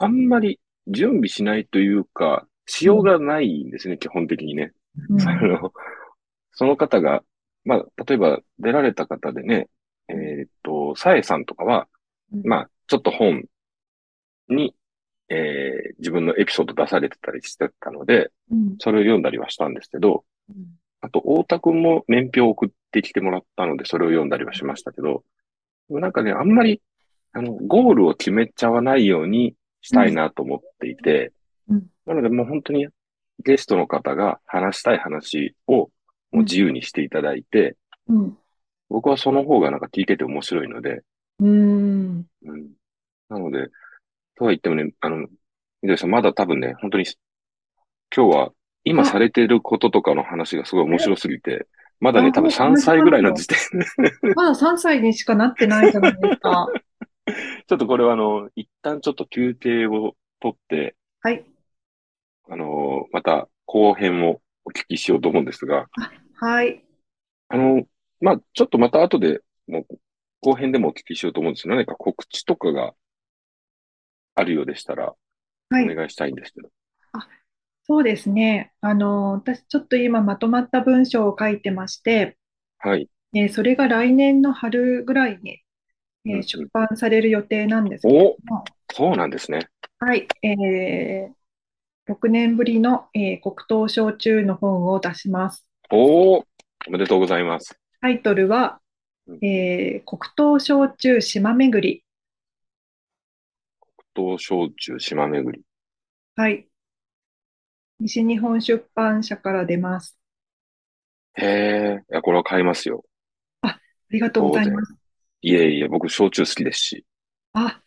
Speaker 1: あんまり準備しないというか、しようがないんですね、基本的にね。
Speaker 2: うん
Speaker 1: その、その方が、まあ、例えば出られた方でね、えーっと、さえさんとかは、 まあ、ちょっと本に、えー自分のエピソード出されてたりしてたので、
Speaker 2: うん
Speaker 1: それを読んだりはしたんですけど、
Speaker 2: うん
Speaker 1: あと、大田くんも年表を送ってきてもらったので、それを読んだりはしましたけど、でもなんかね、あんまり、あの、ゴールを決めちゃわないようにしたいなと思っていて、
Speaker 2: うん
Speaker 1: なのでもう本当にゲストの方が話したい話をもう自由にしていただいて、
Speaker 2: うん
Speaker 1: 僕はその方がなんか聞いてて面白いので、
Speaker 2: うん
Speaker 1: うん、なので、とは言ってもね、あの、みどりさん、まだ多分ね、本当に、今日は、今されていることとかの話がすごい面白すぎて、まだね、
Speaker 2: あ
Speaker 1: 多分
Speaker 2: もう
Speaker 1: 3歳ぐらいの時点で、
Speaker 2: まだ3歳にしかなってないじゃないですか。
Speaker 1: ちょっとこれはあの、一旦ちょっと休憩を取って、
Speaker 2: はい。
Speaker 1: あの、また後編をお聞きしようと思うんですが、
Speaker 2: はい。
Speaker 1: あの、まあ、ちょっとまた後でもう、後編でもお聞きしようと思うんですが、何か告知とかがあるようでしたら、
Speaker 2: は
Speaker 1: お
Speaker 2: い。
Speaker 1: 願いしたいんですけど。
Speaker 2: そうですね。あの、私ちょっと今まとまった文章を書いてまして、
Speaker 1: はい。
Speaker 2: えーそれが来年の春ぐらいに、
Speaker 1: う
Speaker 2: えー
Speaker 1: んうん
Speaker 2: 出版される予定なんですけど、
Speaker 1: おそうなんですね。
Speaker 2: はい。えー、6年ぶりの、えー黒糖焼酎の本を出します。
Speaker 1: おー、おめでとうございます。
Speaker 2: タイトルは、
Speaker 1: うん
Speaker 2: えー黒糖焼酎島巡り。
Speaker 1: 黒糖焼酎島巡り。
Speaker 2: はい。西日本出版社から出ます。
Speaker 1: へえ、いや、これは買いますよ。
Speaker 2: ありがとうございます。
Speaker 1: いえいえ、僕、焼酎好きですし。
Speaker 2: あ、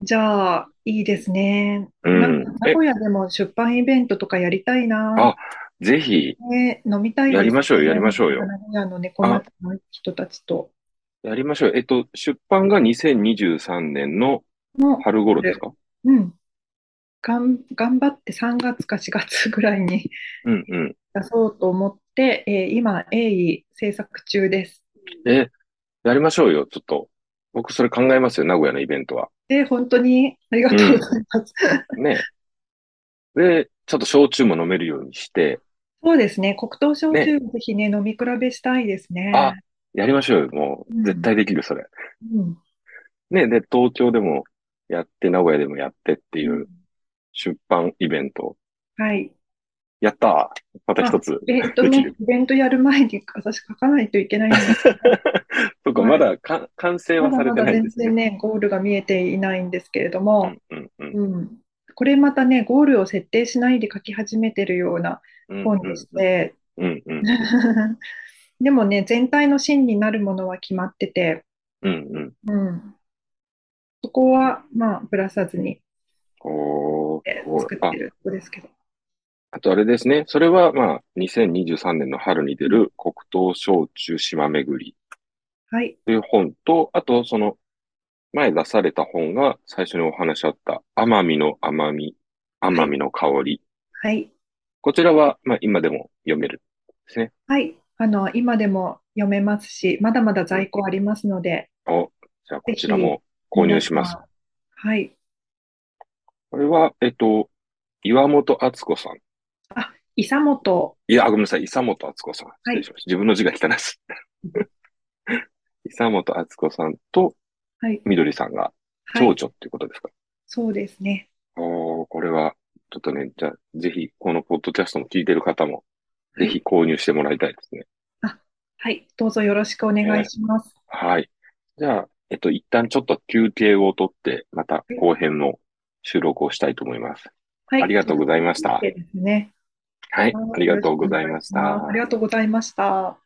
Speaker 2: じゃあ、いいですね。
Speaker 1: う
Speaker 2: なん
Speaker 1: ん
Speaker 2: か。
Speaker 1: え
Speaker 2: 名、古屋でも出版イベントとかやりたいな。
Speaker 1: ぜひ、
Speaker 2: ね、飲みたい
Speaker 1: やり
Speaker 2: です
Speaker 1: ましょうよやりましょうよ
Speaker 2: 名古屋の猫町の人たちと。
Speaker 1: やりましょう。えっと、出版が2023年の
Speaker 2: の、
Speaker 1: 春頃ですか
Speaker 2: うん。がん、頑張って3月か4月ぐらいに
Speaker 1: うんうん。
Speaker 2: 出そうと思って、えー今、鋭意制作中です。
Speaker 1: え、やりましょうよ、ちょっと。僕、それ考えますよ、名古屋のイベントは。
Speaker 2: で、本当にありがとうございます。
Speaker 1: ね。で、ちょっと焼酎も飲めるようにして、
Speaker 2: そうですね。黒糖焼酎もぜひね、飲み比べしたいですね。
Speaker 1: あやりましょうよ、も
Speaker 2: うん
Speaker 1: う。絶対できる、それ。
Speaker 2: うん。
Speaker 1: ね、で、東京でもやって、名古屋でもやってっていう出版イベント。
Speaker 2: はい。
Speaker 1: やったーまた一 つ
Speaker 2: イ。ベン トね、
Speaker 1: できる
Speaker 2: イベントやる前に私書かないといけないん ですけど
Speaker 1: そうか、
Speaker 2: はい
Speaker 1: まだか完成は
Speaker 2: ま
Speaker 1: され
Speaker 2: だ
Speaker 1: て
Speaker 2: まだ
Speaker 1: ないん
Speaker 2: 全
Speaker 1: です
Speaker 2: 然
Speaker 1: ね。
Speaker 2: ね、ゴールが見えていないんですけれど
Speaker 1: う
Speaker 2: も、
Speaker 1: んうんうん
Speaker 2: うん、これまたね、ゴールを設定しないで書き始めてるような
Speaker 1: うん
Speaker 2: 本でして、
Speaker 1: うんうん
Speaker 2: でもね、全体の芯になるものは決まってて、
Speaker 1: うんうん。
Speaker 2: うん、そこはまあ、ぶらさずに
Speaker 1: おー
Speaker 2: え
Speaker 1: おー
Speaker 2: 作っ
Speaker 1: あ
Speaker 2: て、るとこですけど。
Speaker 1: あとあれですね。それは、まあ、2023年の春に出る黒糖焼酎島巡り
Speaker 2: はい。
Speaker 1: という本と、あと、その、前出された本が最初にお話しあった、奄美の甘み、奄美の香り。
Speaker 2: はい。
Speaker 1: こちらは、まあ、今でも読めるですね。
Speaker 2: はい。あの、今でも読めますし、まだまだ在庫ありますので、
Speaker 1: お、じゃあ、こちらも購入します。
Speaker 2: 皆様。はい。
Speaker 1: これは、えっと、岩本敦子さん。
Speaker 2: 伊佐本、
Speaker 1: いや、ごめんなさい。伊佐本敦子さん。失礼しました。自分の字が汚いです。 伊佐本敦子さんと
Speaker 2: はい。
Speaker 1: みどりさんが
Speaker 2: はい。
Speaker 1: 蝶々っていうことですか。
Speaker 2: そうですね。
Speaker 1: おー、これは、ちょっとね、じゃあ、ぜひ、このポッドキャストも聞いてる方も、ぜひ購入してもらいたいですね。
Speaker 2: はい。どうぞよろしくお願いします。
Speaker 1: はい。じゃあ、えっと、一旦ちょっと休憩をとって、また後編の収録をしたいと思います。
Speaker 2: はい。
Speaker 1: ありがとうございました
Speaker 2: そうですね。
Speaker 1: はい、ありがとうございました。
Speaker 2: ありがとうございました。